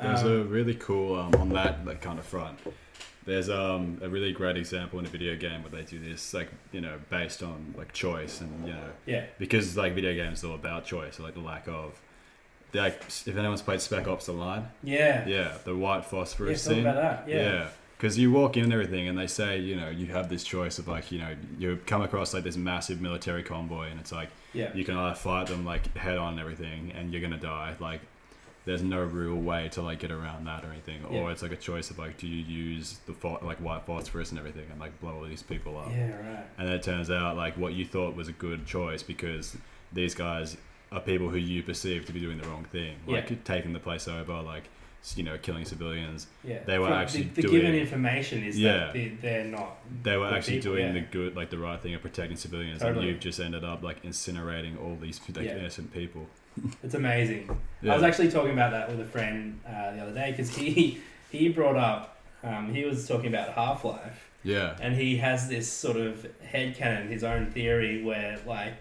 Speaker 4: There's
Speaker 2: um,
Speaker 4: a really cool um, on that like kind of front. There's um, a really great example in a video game where they do this, like you know, based on like choice and you know,
Speaker 2: yeah,
Speaker 4: because like video games are all about choice, like the lack of. They, Like if anyone's played Spec Ops: The Line,
Speaker 2: yeah,
Speaker 4: yeah, the white
Speaker 2: yeah,
Speaker 4: phosphorus
Speaker 2: something
Speaker 4: scene,
Speaker 2: about that, yeah.
Speaker 4: Because you walk in and everything, and they say, you know, you have this choice of like, you know, you come across like this massive military convoy, and it's like
Speaker 2: yeah.
Speaker 4: you can either fight them like head on and everything and you're gonna die like there's no real way to like get around that or anything or
Speaker 2: Yeah.
Speaker 4: it's like a choice of like do you use the pho- like white phosphorus and everything and like blow all these people up
Speaker 2: Yeah, right.
Speaker 4: and then it turns out like what you thought was a good choice because these guys are people who you perceive to be doing the wrong thing like taking the place over like s- you know killing civilians
Speaker 2: Yeah,
Speaker 4: They were
Speaker 2: From-
Speaker 4: actually
Speaker 2: the, the
Speaker 4: doing-
Speaker 2: given information is
Speaker 4: Yeah.
Speaker 2: that they, they're not.
Speaker 4: they were
Speaker 2: Good
Speaker 4: actually
Speaker 2: people,
Speaker 4: doing
Speaker 2: yeah.
Speaker 4: the good like the right thing of protecting civilians
Speaker 2: Totally.
Speaker 4: and you've just ended up like incinerating all these like,
Speaker 2: Yeah.
Speaker 4: innocent people
Speaker 2: It's amazing. I
Speaker 4: Yeah.
Speaker 2: was actually talking about that with a friend uh, the other day because he he brought up um, he was talking about Half Life
Speaker 4: yeah
Speaker 2: and he has this sort of headcanon, his own theory where like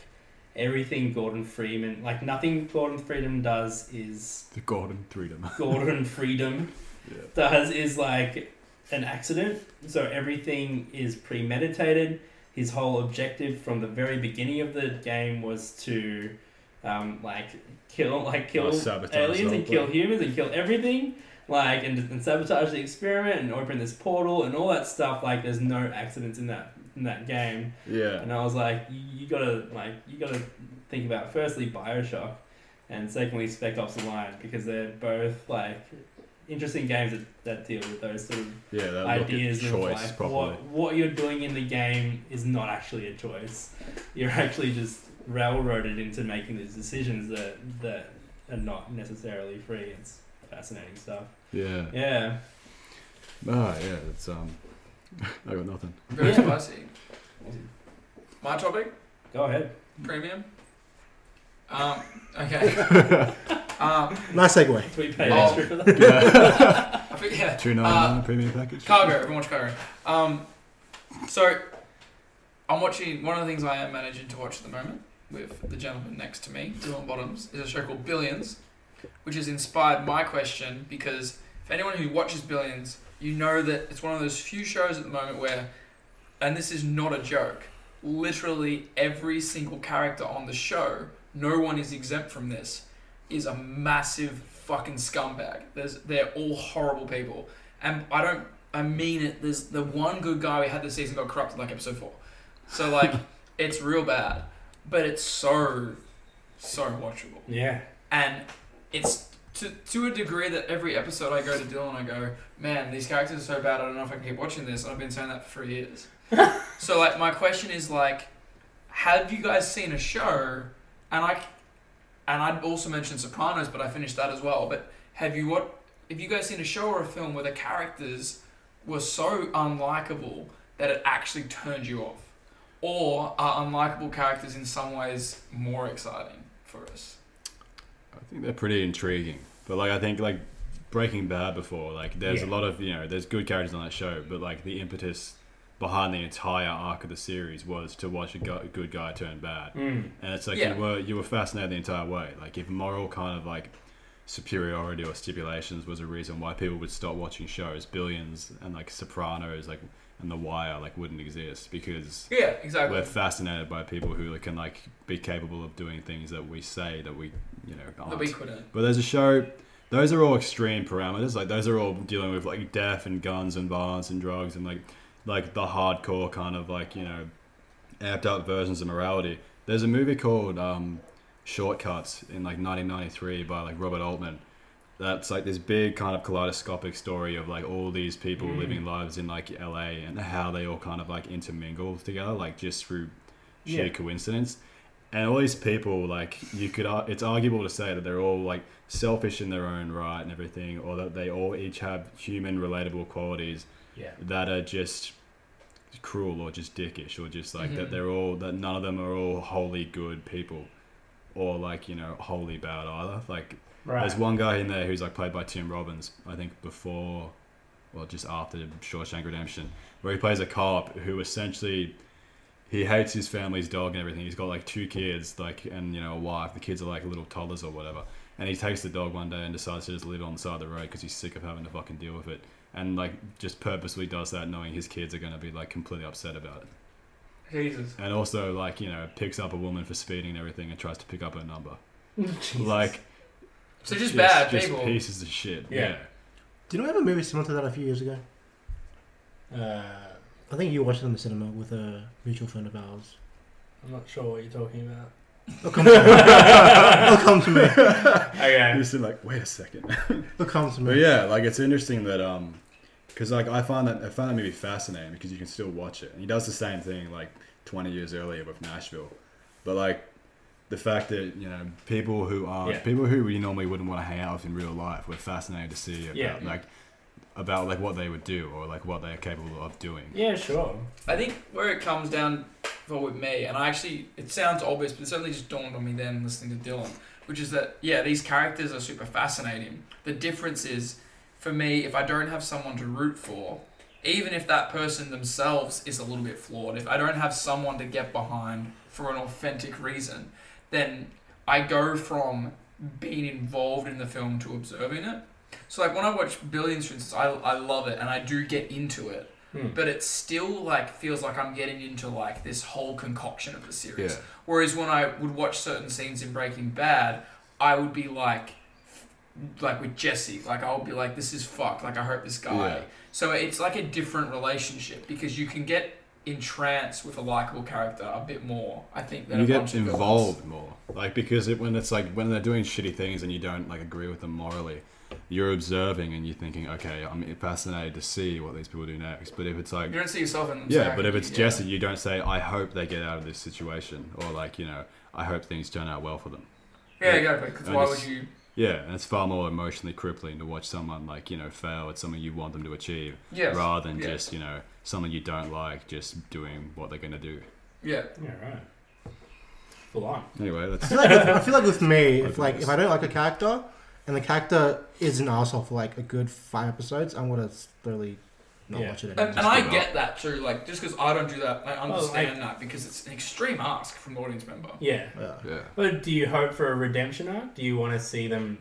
Speaker 2: everything Gordon Freeman like nothing Gordon Freeman does is
Speaker 4: the golden freedom [LAUGHS]
Speaker 2: Gordon [LAUGHS] Freedom
Speaker 4: yeah
Speaker 2: does is like an accident. So everything is premeditated. His whole objective from the very beginning of the game was to um, like kill like kill
Speaker 4: Oh, sabotage
Speaker 2: aliens
Speaker 4: the
Speaker 2: and
Speaker 4: whole
Speaker 2: kill
Speaker 4: thing.
Speaker 2: humans and kill everything like and, and sabotage the experiment and open this portal and all that stuff like there's no accidents in that in that game
Speaker 4: yeah
Speaker 2: and I was like, you, you gotta like you gotta think about firstly Bioshock, and secondly Spec Ops: The Line because they're both like interesting games that, that deal with those sort of
Speaker 4: Yeah, that
Speaker 2: ideas
Speaker 4: look
Speaker 2: of
Speaker 4: at choice
Speaker 2: like
Speaker 4: properly.
Speaker 2: what what you're doing in the game is not actually a choice. You're actually just railroaded into making these decisions that that are not necessarily free. It's fascinating stuff.
Speaker 4: Yeah.
Speaker 2: Yeah.
Speaker 4: Ah, yeah. It's um. [LAUGHS] I
Speaker 2: [LAUGHS]
Speaker 4: got nothing.
Speaker 3: Very
Speaker 2: Yeah.
Speaker 3: spicy. My topic,
Speaker 2: Go ahead.
Speaker 3: premium. Um, okay. um,
Speaker 1: nice segue.
Speaker 2: We paid
Speaker 3: Oh.
Speaker 2: extra for that.
Speaker 3: I think- yeah.
Speaker 4: Two nine
Speaker 3: Uh,
Speaker 4: nine premium package.
Speaker 3: Cargo. Everyone watch Cargo. Um, so I'm watching one of the things I am managing to watch at the moment with the gentleman next to me, Dylan Bottoms, is a show called Billions, which has inspired my question because for anyone who watches Billions, you know that it's one of those few shows at the moment where, and this is not a joke, literally every single character on the show, no one is exempt from this, is a massive fucking scumbag. There's, they're all horrible people. And I don't I mean it. There's the one good guy we had this season got corrupted like episode four, so like it's real bad, but it's so so watchable,
Speaker 2: Yeah.
Speaker 3: and it's to to a degree that every episode I go to Dylan, I go, man, these characters are so bad. I don't know if I can keep watching this, and I've been saying that for three years. so like my question is like, have you guys seen a show? And I and I'd also mentioned Sopranos, but I finished that as well. But have you what? Have you guys seen a show or a film where the characters were so unlikable that it actually turned you off, or are unlikable characters in some ways more exciting for us?
Speaker 4: I think they're pretty intriguing, but like I think like Breaking Bad before, like there's a
Speaker 2: Yeah.
Speaker 4: lot of you know there's good characters on that show, but like the impetus behind the entire arc of the series was to watch a gu- good guy turn bad.
Speaker 2: Mm.
Speaker 4: and it's like
Speaker 3: Yeah.
Speaker 4: you were you were fascinated the entire way. Like if moral kind of like superiority or stipulations was a reason why people would stop watching shows, billions and like Sopranos, like and The Wire, like wouldn't exist because
Speaker 3: Yeah, exactly.
Speaker 4: we're fascinated by people who can like be capable of doing things that we say that we you know
Speaker 3: The
Speaker 4: aren't.
Speaker 3: we couldn't.
Speaker 4: But there's a show. Those are all extreme parameters. Like those are all dealing with like death and guns and violence and drugs and like like the hardcore kind of like you know amped up versions of morality. There's a movie called um, Shortcuts in like 1993 by like Robert Altman. That's like this big kind of kaleidoscopic story of like all these people
Speaker 2: Mm.
Speaker 4: living lives in like LA and how they all kind of like intermingle together, like just through sheer
Speaker 2: Yeah.
Speaker 4: coincidence. And all these people, like you could, ar- it's arguable to say that they're all like selfish in their own right and everything, or that they all each have human relatable qualities
Speaker 2: Yeah.
Speaker 4: that are just cruel or just dickish or just like
Speaker 3: Mhm.
Speaker 4: that they're all that none of them are all wholly good people or like you know wholly bad either like
Speaker 2: Right.
Speaker 4: there's one guy in there who's like played by tim robbins i think before well just after shawshank redemption where he plays a cop who essentially he hates his family's dog and everything he's got like two kids like and you know a wife the kids are like little toddlers or whatever and he takes the dog one day and decides to just live on the side of the road because he's sick of having to fucking deal with it and like just purposely does that knowing his kids are going to be like completely upset about it
Speaker 3: Jesus.
Speaker 4: and also like you know picks up a woman for speeding and everything and tries to pick up her number
Speaker 1: Jesus.
Speaker 4: like
Speaker 3: So just bad
Speaker 4: just
Speaker 3: people.
Speaker 4: pieces of shit
Speaker 2: Yeah.
Speaker 4: yeah.
Speaker 1: Did I have a movie similar to that a few years ago?
Speaker 2: Uh,
Speaker 1: I think you watched it in the cinema with a mutual friend of ours.
Speaker 2: I'm not sure what you're talking about.
Speaker 1: It'll [LAUGHS] Oh, come to me. It'll Oh, come [LAUGHS] to me.
Speaker 2: [LAUGHS] Okay.
Speaker 4: You seem like, wait a second. [LAUGHS]
Speaker 1: It'll come to
Speaker 4: But
Speaker 1: me.
Speaker 4: yeah, like it's interesting that um, because like I find that I find that movie fascinating because you can still watch it. And he does the same thing like 20 years earlier with Nashville, but like the fact that you know people who are
Speaker 2: Yeah.
Speaker 4: people who you normally wouldn't want to hang out with in real life were fascinated to see about
Speaker 2: Yeah.
Speaker 4: like about like what they would do or like what they're capable of doing.
Speaker 2: Yeah, sure.
Speaker 3: I think where it comes down for with me, and I actually, it sounds obvious, but it suddenly just dawned on me then listening to Dylan, which is that, yeah, these characters are super fascinating. The difference is, for me, if I don't have someone to root for, even if that person themselves is a little bit flawed, if I don't have someone to get behind for an authentic reason, then I go from being involved in the film to observing it. So, like, when I watch Billions, for instance, I, I love it and I do get into it
Speaker 2: Hmm.
Speaker 3: but it still like feels like I'm getting into like this whole concoction of the series.
Speaker 4: Yeah.
Speaker 3: Whereas when I would watch certain scenes in Breaking Bad, I would be like, like with Jesse, like I would be like, this is fucked. Like I hurt this guy.
Speaker 4: Yeah.
Speaker 3: So it's like a different relationship because you can get entranced with a likable character a bit more. I think than
Speaker 4: you
Speaker 3: a bunch
Speaker 4: get
Speaker 3: of villains.
Speaker 4: involved more like because it, when it's like when they're doing shitty things and you don't like agree with them morally you're observing and you're thinking okay i'm fascinated to see what these people do next but if it's like
Speaker 3: You don't see yourself in them. so
Speaker 4: yeah
Speaker 3: I
Speaker 4: but
Speaker 3: think
Speaker 4: if it's
Speaker 3: you- yeah.
Speaker 4: jesse you don't say i hope they get out of this situation or like you know i hope things turn out well for them
Speaker 3: yeah, exactly. Because
Speaker 4: I
Speaker 3: why
Speaker 4: just-
Speaker 3: would you?
Speaker 4: yeah and it's far more emotionally crippling to watch someone like you know fail at something you want them to achieve
Speaker 3: Yeah,
Speaker 4: rather than
Speaker 3: yeah.
Speaker 4: just you know someone you don't like just doing what they're going to do
Speaker 3: yeah.
Speaker 2: Yeah, right. Full on.
Speaker 4: anyway
Speaker 1: I
Speaker 3: [LAUGHS]
Speaker 4: that's
Speaker 1: feel like with, I feel like with me, if
Speaker 4: Open
Speaker 1: like if
Speaker 4: this.
Speaker 1: I don't like a character, and the character is an asshole for like a good five episodes, I'm gonna slowly not
Speaker 2: Yeah.
Speaker 1: watch it
Speaker 3: And,
Speaker 1: anymore.
Speaker 3: and I
Speaker 4: give
Speaker 3: get that too. Like, just because I don't do that, I
Speaker 2: like-
Speaker 3: understand that because it's an extreme ask from an audience member.
Speaker 2: Yeah.
Speaker 1: Yeah.
Speaker 4: yeah
Speaker 2: But do you hope for a redemption arc? Do you want to see them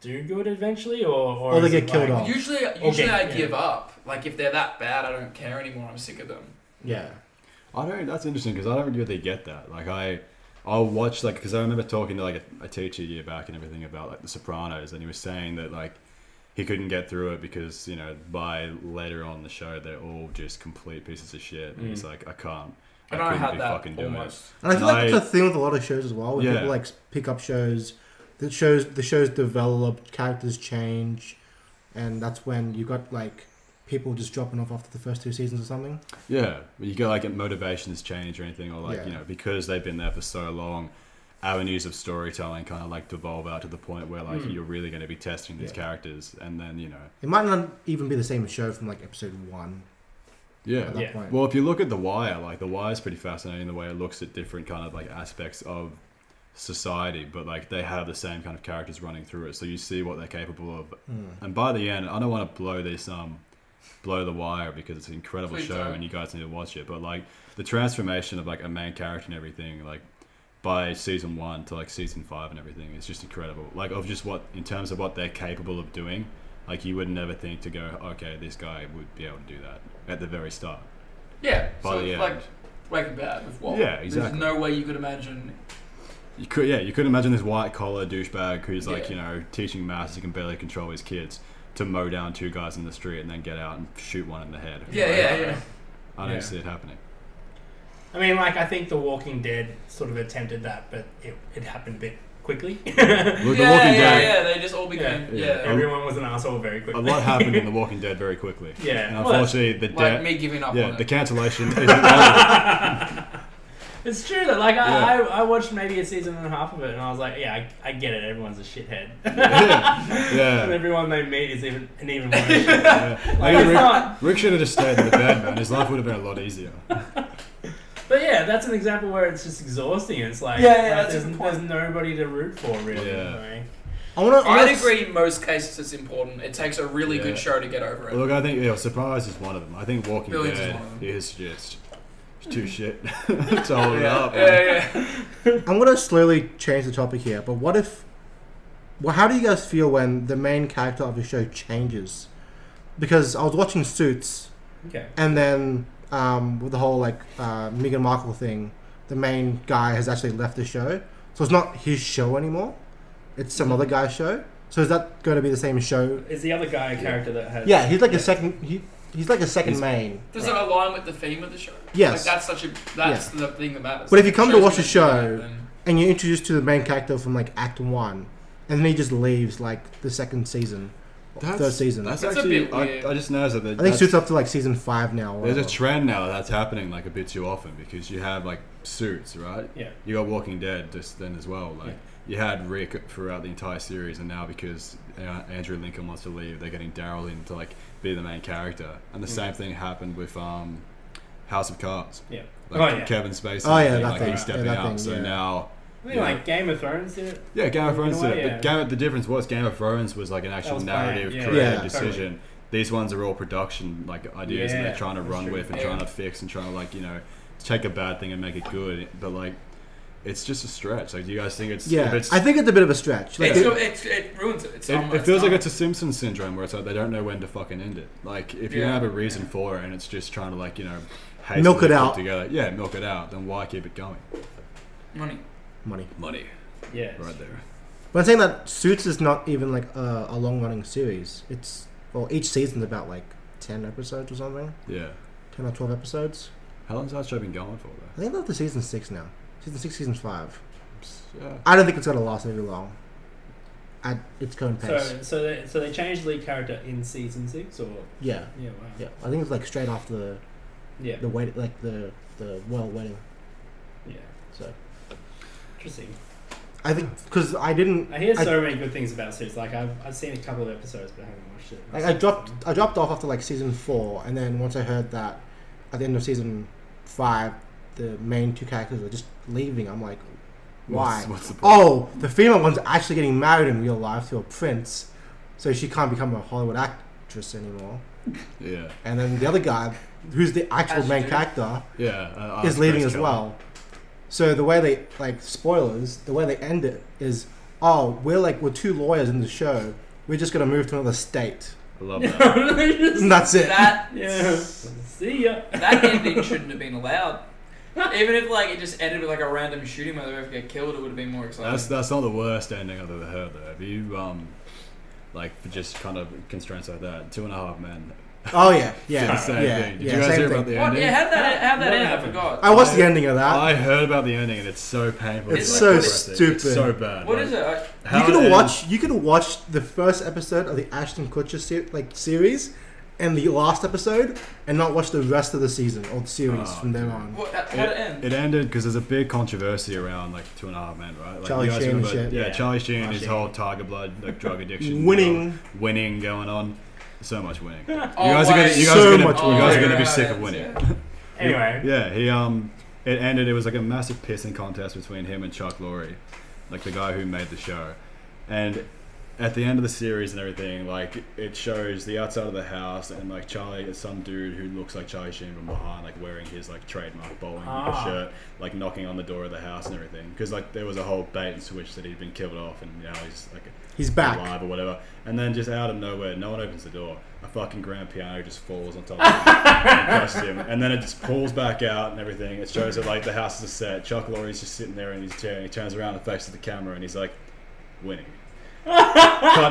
Speaker 2: do good eventually, or or,
Speaker 1: Or they
Speaker 2: is
Speaker 1: get
Speaker 2: it
Speaker 1: killed
Speaker 2: like,
Speaker 1: off.
Speaker 3: Usually, usually I
Speaker 2: yeah.
Speaker 3: give up. Like, if they're that bad, I don't care anymore. I'm sick of them.
Speaker 1: yeah.
Speaker 4: I don't. That's interesting because I don't really get that. Like I, I'll watch like because I remember talking to like a, a teacher a year back and everything about like The Sopranos, and he was saying that like he couldn't get through it because you know by later on in the show they're all just complete pieces of shit, and he's
Speaker 2: Mm.
Speaker 4: like I can't.
Speaker 3: And I,
Speaker 4: couldn't
Speaker 3: had
Speaker 4: be
Speaker 3: that
Speaker 4: fucking doing it.
Speaker 3: almost.
Speaker 1: And I feel like
Speaker 4: And
Speaker 1: it's
Speaker 4: I-
Speaker 1: a thing with a lot of shows as well. When
Speaker 4: Yeah.
Speaker 1: people like pick up shows, the shows the shows develop, characters change, and that's when you got like people just dropping off after the first two seasons or something.
Speaker 4: Yeah, you go like motivations change or anything, or like
Speaker 1: Yeah.
Speaker 4: you know because they've been there for so long, avenues of storytelling kind of like devolve out to the point where like
Speaker 2: Mm.
Speaker 4: you're really going to be testing these
Speaker 1: Yeah.
Speaker 4: characters, and then you know
Speaker 1: It might not even be the same show from like episode one
Speaker 4: yeah
Speaker 1: at that
Speaker 2: Yeah.
Speaker 1: point.
Speaker 4: Well, if you look at The Wire, like The Wire is pretty fascinating the way it looks at different kind of like aspects of society, but like they have the same kind of characters running through it, so you see what they're capable of.
Speaker 1: Hmm.
Speaker 4: And by the end, I don't want to blow this um blow The Wire because it's an incredible
Speaker 3: Please
Speaker 4: show
Speaker 3: don't.
Speaker 4: and you guys need to watch it, but like the transformation of like a main character and everything, like by season one to like season five and everything, it's just incredible. Like of just what in terms of what they're capable of doing. Like you would never think to go, okay, this guy would be able to do that at the very start.
Speaker 3: Yeah.
Speaker 4: By
Speaker 3: so
Speaker 4: the
Speaker 3: it's
Speaker 4: end,
Speaker 3: like Breaking Bad with Walt.
Speaker 4: Yeah, exactly.
Speaker 3: There's no way you could imagine.
Speaker 4: You could, yeah, you could imagine this white collar douchebag who's like,
Speaker 3: Yeah.
Speaker 4: you know, teaching maths, he can barely control his kids, to mow down two guys in the street and then get out and shoot one in the head.
Speaker 3: Yeah, yeah, yeah.
Speaker 4: I don't
Speaker 2: Yeah.
Speaker 4: see it happening.
Speaker 3: [LAUGHS]
Speaker 2: I mean, like I think The Walking Dead sort of attempted that, but it, it happened a bit quickly.
Speaker 4: Look, The
Speaker 3: yeah,
Speaker 4: Walking
Speaker 3: yeah,
Speaker 4: Dead.
Speaker 3: yeah, they just all became yeah.
Speaker 4: Yeah. Yeah.
Speaker 2: Everyone was an asshole very quickly.
Speaker 4: A lot happened in The Walking Dead very quickly.
Speaker 2: Yeah.
Speaker 4: And
Speaker 2: Well, that's-
Speaker 4: unfortunately, the
Speaker 3: Like
Speaker 4: death.
Speaker 3: me giving up
Speaker 4: Yeah,
Speaker 3: on
Speaker 4: the
Speaker 3: it.
Speaker 4: cancellation isn't [LAUGHS] one.
Speaker 2: [LAUGHS] It's true that like I,
Speaker 4: Yeah.
Speaker 2: I, I watched maybe a season and a half of it and I was like, yeah, I, I get it. Everyone's a shithead.
Speaker 4: Yeah.
Speaker 2: And
Speaker 4: yeah.
Speaker 2: everyone they meet is even an even worse. shithead.
Speaker 4: yeah.
Speaker 2: Like,
Speaker 4: Maybe
Speaker 2: it's
Speaker 4: Rick,
Speaker 2: not-
Speaker 4: Rick should have just stayed in the bed, man. His life would have been a lot easier.
Speaker 2: But yeah, that's an example where it's just exhausting. It's like
Speaker 3: Yeah, yeah,
Speaker 2: like,
Speaker 3: that's a
Speaker 2: there's,
Speaker 3: good point.
Speaker 2: there's nobody to root for really.
Speaker 4: Yeah.
Speaker 2: Like,
Speaker 1: I want to.
Speaker 3: I'd agree in most cases it's important. It takes a really
Speaker 4: Yeah.
Speaker 3: good show to get over it.
Speaker 4: Look, I think yeah, Surprise is one of them. I think Walking
Speaker 3: Billions is
Speaker 4: Dead
Speaker 3: one of them.
Speaker 4: is just too shit [LAUGHS] to hold it
Speaker 3: yeah,
Speaker 4: up. man.
Speaker 3: yeah, yeah.
Speaker 1: I'm gonna slowly change the topic here, but what if? Well, how do you guys feel when the main character of the show changes? Because I was watching Suits,
Speaker 2: okay.
Speaker 1: and then um, with the whole like uh, Meghan Markle thing, the main guy has actually left the show, so it's not his show anymore. It's some other guy's show. So is that going to be the same show?
Speaker 2: Is the other guy a character that has?
Speaker 1: Yeah, he's like a second. He, he's like a second
Speaker 4: He's-
Speaker 1: main.
Speaker 3: Does it align with the theme of the show?
Speaker 1: Yes.
Speaker 3: Like that's such a that's the thing that matters.
Speaker 1: But if you come to
Speaker 3: Show's
Speaker 1: watch the
Speaker 3: gonna do
Speaker 1: show-
Speaker 3: that, then-
Speaker 1: and you're introduced to the main character from like Act One, and then he just leaves like the second season, or third season.
Speaker 4: That's,
Speaker 3: That's a
Speaker 4: actually.
Speaker 3: bit weird.
Speaker 4: I, I just noticed that. The,
Speaker 1: I think Suits up to like season five now. or
Speaker 4: There's a
Speaker 1: whatever.
Speaker 4: trend now that's happening like a bit too often because you have like suits, right?
Speaker 2: Yeah.
Speaker 4: You got Walking Dead just then as well. Like you had Rick throughout the entire series, and now because uh, Andrew Lincoln wants to leave, they're getting Daryl in to like be the main character. And the same thing happened with um, House of Cards.
Speaker 2: Yeah.
Speaker 4: Like
Speaker 2: Oh, yeah.
Speaker 4: Kevin Spacey.
Speaker 1: Oh, yeah, that
Speaker 4: like,
Speaker 1: thing.
Speaker 4: He's stepping
Speaker 1: Yeah, that
Speaker 4: out.
Speaker 1: thing,
Speaker 4: so
Speaker 1: yeah.
Speaker 4: now.
Speaker 2: I think
Speaker 4: Yeah.
Speaker 2: like Game of Thrones did it.
Speaker 4: Yeah, Game of
Speaker 2: In a
Speaker 4: Thrones.
Speaker 2: way,
Speaker 4: did it,
Speaker 2: yeah.
Speaker 4: But Game of, the difference was Game of Thrones was like an actual
Speaker 2: was planned,
Speaker 4: narrative,
Speaker 2: yeah.
Speaker 4: creative
Speaker 1: Yeah.
Speaker 4: decision. These ones are all production like ideas and
Speaker 2: Yeah,
Speaker 4: they're trying to
Speaker 2: that's
Speaker 4: run
Speaker 2: true.
Speaker 4: with and
Speaker 3: Yeah.
Speaker 4: trying to fix and trying to like you know take a bad thing and make it good. But like, it's just a stretch. Like, do you guys think it's?
Speaker 1: Yeah,
Speaker 4: if it's,
Speaker 1: I think it's a bit of a stretch. Like,
Speaker 3: it's,
Speaker 1: it-
Speaker 3: go- it's, it ruins it. It's
Speaker 4: it,
Speaker 3: almost
Speaker 4: it feels like
Speaker 3: done.
Speaker 4: it's a Simpsons syndrome where it's like they don't know when to fucking end it. Like if you
Speaker 3: Yeah.
Speaker 4: don't have a reason for it and it's just trying to like you know hastily
Speaker 1: Milk it
Speaker 4: put
Speaker 1: out.
Speaker 4: together. Yeah, milk it out. Then why keep it going?
Speaker 3: money.
Speaker 1: money.
Speaker 4: Money,
Speaker 2: Yeah.
Speaker 4: right there.
Speaker 1: But I'm saying that Suits is not even like a, a long running series. It's well, each season's about like ten episodes or something,
Speaker 4: Yeah.
Speaker 1: ten or twelve episodes.
Speaker 4: How long's that show been going for
Speaker 1: I think they're up to season six now. Season six, season five.
Speaker 4: though? Yeah.
Speaker 1: I don't think it's gonna last very long. At its current pace.
Speaker 2: So so they, so they changed the lead character in season six or
Speaker 1: Yeah,
Speaker 2: yeah wow
Speaker 1: yeah. I think it's like straight off the
Speaker 2: yeah
Speaker 1: the wait, like the the royal wedding.
Speaker 2: yeah
Speaker 1: So
Speaker 2: interesting.
Speaker 1: I think because I didn't,
Speaker 2: I hear
Speaker 1: I-
Speaker 2: so many good things about Suits. Like I've, I've seen a couple of episodes, but I haven't watched it.
Speaker 1: like, I
Speaker 2: [LAUGHS]
Speaker 1: dropped, I dropped off after like season four, and then once I heard that at the end of season five, the main two characters were just leaving. I'm like, why?
Speaker 4: What's, what's the point?
Speaker 1: Oh, the female one's actually getting married in real life to a prince, so she can't become a Hollywood actress anymore.
Speaker 4: Yeah,
Speaker 1: And then the other guy, who's the actual
Speaker 3: As
Speaker 1: main
Speaker 3: you do.
Speaker 1: character,
Speaker 4: yeah. Uh,
Speaker 1: is leaving as well. So the way they like spoilers, the way they end it is, oh, we're like we're two lawyers in the show. We're just gonna move to another state,
Speaker 4: I
Speaker 1: [LAUGHS]
Speaker 4: love that.
Speaker 1: and that's it.
Speaker 3: That
Speaker 2: [LAUGHS] yeah. See ya.
Speaker 3: that ending shouldn't have been allowed. Even if like it just ended with like a random shooting where they both get killed, it would have been more exciting.
Speaker 4: that's that's not the worst ending I've ever heard though. If you um, like for just kind of constraints like that, two and a half men.
Speaker 1: Oh yeah,
Speaker 4: Did
Speaker 1: yeah,
Speaker 4: the same
Speaker 1: yeah,
Speaker 4: thing. Did
Speaker 1: yeah,
Speaker 4: you guys
Speaker 1: same
Speaker 4: hear
Speaker 1: thing.
Speaker 4: about the
Speaker 3: what?
Speaker 4: ending?
Speaker 3: Yeah, how'd that, how'd that
Speaker 2: What
Speaker 3: end?
Speaker 2: happened?
Speaker 3: I forgot.
Speaker 1: I watched the ending of that.
Speaker 4: I heard about the ending and it's so painful.
Speaker 3: It's
Speaker 4: like,
Speaker 3: so
Speaker 4: depressing. It's
Speaker 1: stupid.
Speaker 4: so bad.
Speaker 3: what
Speaker 4: like,
Speaker 3: is it? I,
Speaker 4: how
Speaker 1: you
Speaker 4: it
Speaker 1: could
Speaker 4: ends-
Speaker 1: watch. You could watch the first episode of the Ashton Kutcher se- like series, and the last episode, and not watch the rest of the season or the series
Speaker 4: Oh,
Speaker 1: from there
Speaker 4: dude.
Speaker 1: on.
Speaker 3: what, how'd it end?
Speaker 4: It ended because there's a big controversy around like Two and a Half Men, right? Like,
Speaker 1: Charlie
Speaker 4: you guys
Speaker 1: Sheen and
Speaker 4: remember-
Speaker 1: shit.
Speaker 4: Yeah,
Speaker 2: Yeah.
Speaker 4: Charlie Sheen,
Speaker 2: Charlie
Speaker 4: his
Speaker 2: Sheen.
Speaker 4: whole Tiger Blood like drug addiction,
Speaker 1: Winning.
Speaker 4: winning going on, so much winning. You
Speaker 3: Oh,
Speaker 4: guys are gonna, you guys
Speaker 1: So
Speaker 4: are gonna,
Speaker 1: much
Speaker 4: you
Speaker 1: winning.
Speaker 4: guys are gonna
Speaker 3: Yeah,
Speaker 4: be sick
Speaker 3: that's-
Speaker 4: of winning.
Speaker 3: yeah.
Speaker 2: Anyway.
Speaker 4: Yeah, he um, it ended. It was like a massive pissing contest between him and Chuck Lorre, like the guy who made the show. And at the end of the series and everything, like it shows the outside of the house and like Charlie, some dude who looks like Charlie Sheen from behind, like wearing his like trademark bowling
Speaker 2: Ah.
Speaker 4: shirt, like knocking on the door of the house and everything. Because like there was a whole bait and switch that he'd been killed off, and now he's like
Speaker 1: He's back.
Speaker 4: alive or whatever. And then just out of nowhere, no one opens the door. A fucking grand piano just falls on top of him and crushes him. And then it just pulls back out and everything. It shows that like the house is a set. Chuck Lorre's just sitting there in his chair and he turns around and faces the camera and he's like, winning. Cut to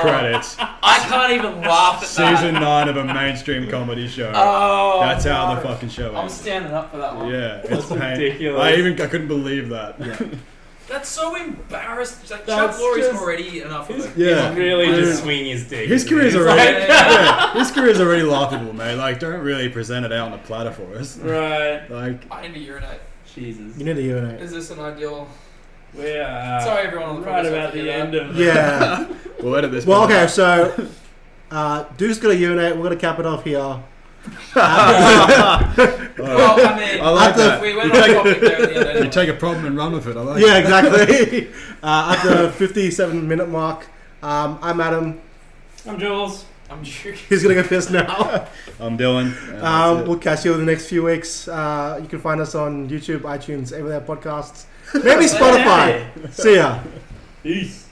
Speaker 3: [LAUGHS] Oh,
Speaker 4: [LAUGHS] Credits.
Speaker 3: I can't even laugh at that.
Speaker 4: Season nine of a mainstream comedy show.
Speaker 3: Oh,
Speaker 4: That's how
Speaker 3: no.
Speaker 4: the fucking show
Speaker 3: I'm
Speaker 4: is.
Speaker 3: standing up for that one.
Speaker 4: Yeah, it's pain.
Speaker 2: ridiculous.
Speaker 4: I even I couldn't believe that.
Speaker 3: That's so embarrassed. It's like
Speaker 2: That's
Speaker 3: Chuck Lorre's
Speaker 2: just-
Speaker 3: already enough of it.
Speaker 4: Yeah.
Speaker 2: He's really
Speaker 4: Yeah.
Speaker 2: just swinging his dick.
Speaker 4: His
Speaker 2: isn't
Speaker 4: career's
Speaker 2: he? He's
Speaker 4: already-
Speaker 2: like-
Speaker 4: [LAUGHS] yeah, his career's already laughable, mate. Like, don't really present it out on a platter for us.
Speaker 2: right.
Speaker 4: Like,
Speaker 3: I need to urinate.
Speaker 2: Jesus.
Speaker 1: You need to urinate.
Speaker 3: Is this an ideal?
Speaker 2: We're uh,
Speaker 3: Sorry, everyone on the
Speaker 2: right
Speaker 3: podcast, I
Speaker 2: about the
Speaker 3: forget
Speaker 2: end of
Speaker 1: Yeah.
Speaker 4: [LAUGHS] we'll edit this.
Speaker 1: Well,
Speaker 4: bit
Speaker 1: okay,
Speaker 4: out.
Speaker 1: so uh, Dude's gonna urinate. We're gonna cap it off
Speaker 4: [LAUGHS]
Speaker 1: here. [LAUGHS]
Speaker 4: Alright.
Speaker 3: Well, I mean,
Speaker 4: I like
Speaker 1: After-
Speaker 4: that.
Speaker 3: we went on a topic there at the end.
Speaker 4: [LAUGHS] You
Speaker 3: Anyway.
Speaker 4: take a problem and run with it. I like
Speaker 1: yeah, exactly. [LAUGHS] uh, at the 57 minute mark, um, I'm Adam.
Speaker 2: I'm Jules.
Speaker 3: I'm joking.
Speaker 1: He's gonna go piss now. [LAUGHS]
Speaker 4: it. I'm Dylan. and that's
Speaker 1: Um,
Speaker 4: it.
Speaker 1: we'll catch you in the next few weeks. Uh, you can find us on YouTube, iTunes, everywhere podcasts, maybe Spotify. See ya.
Speaker 2: Peace.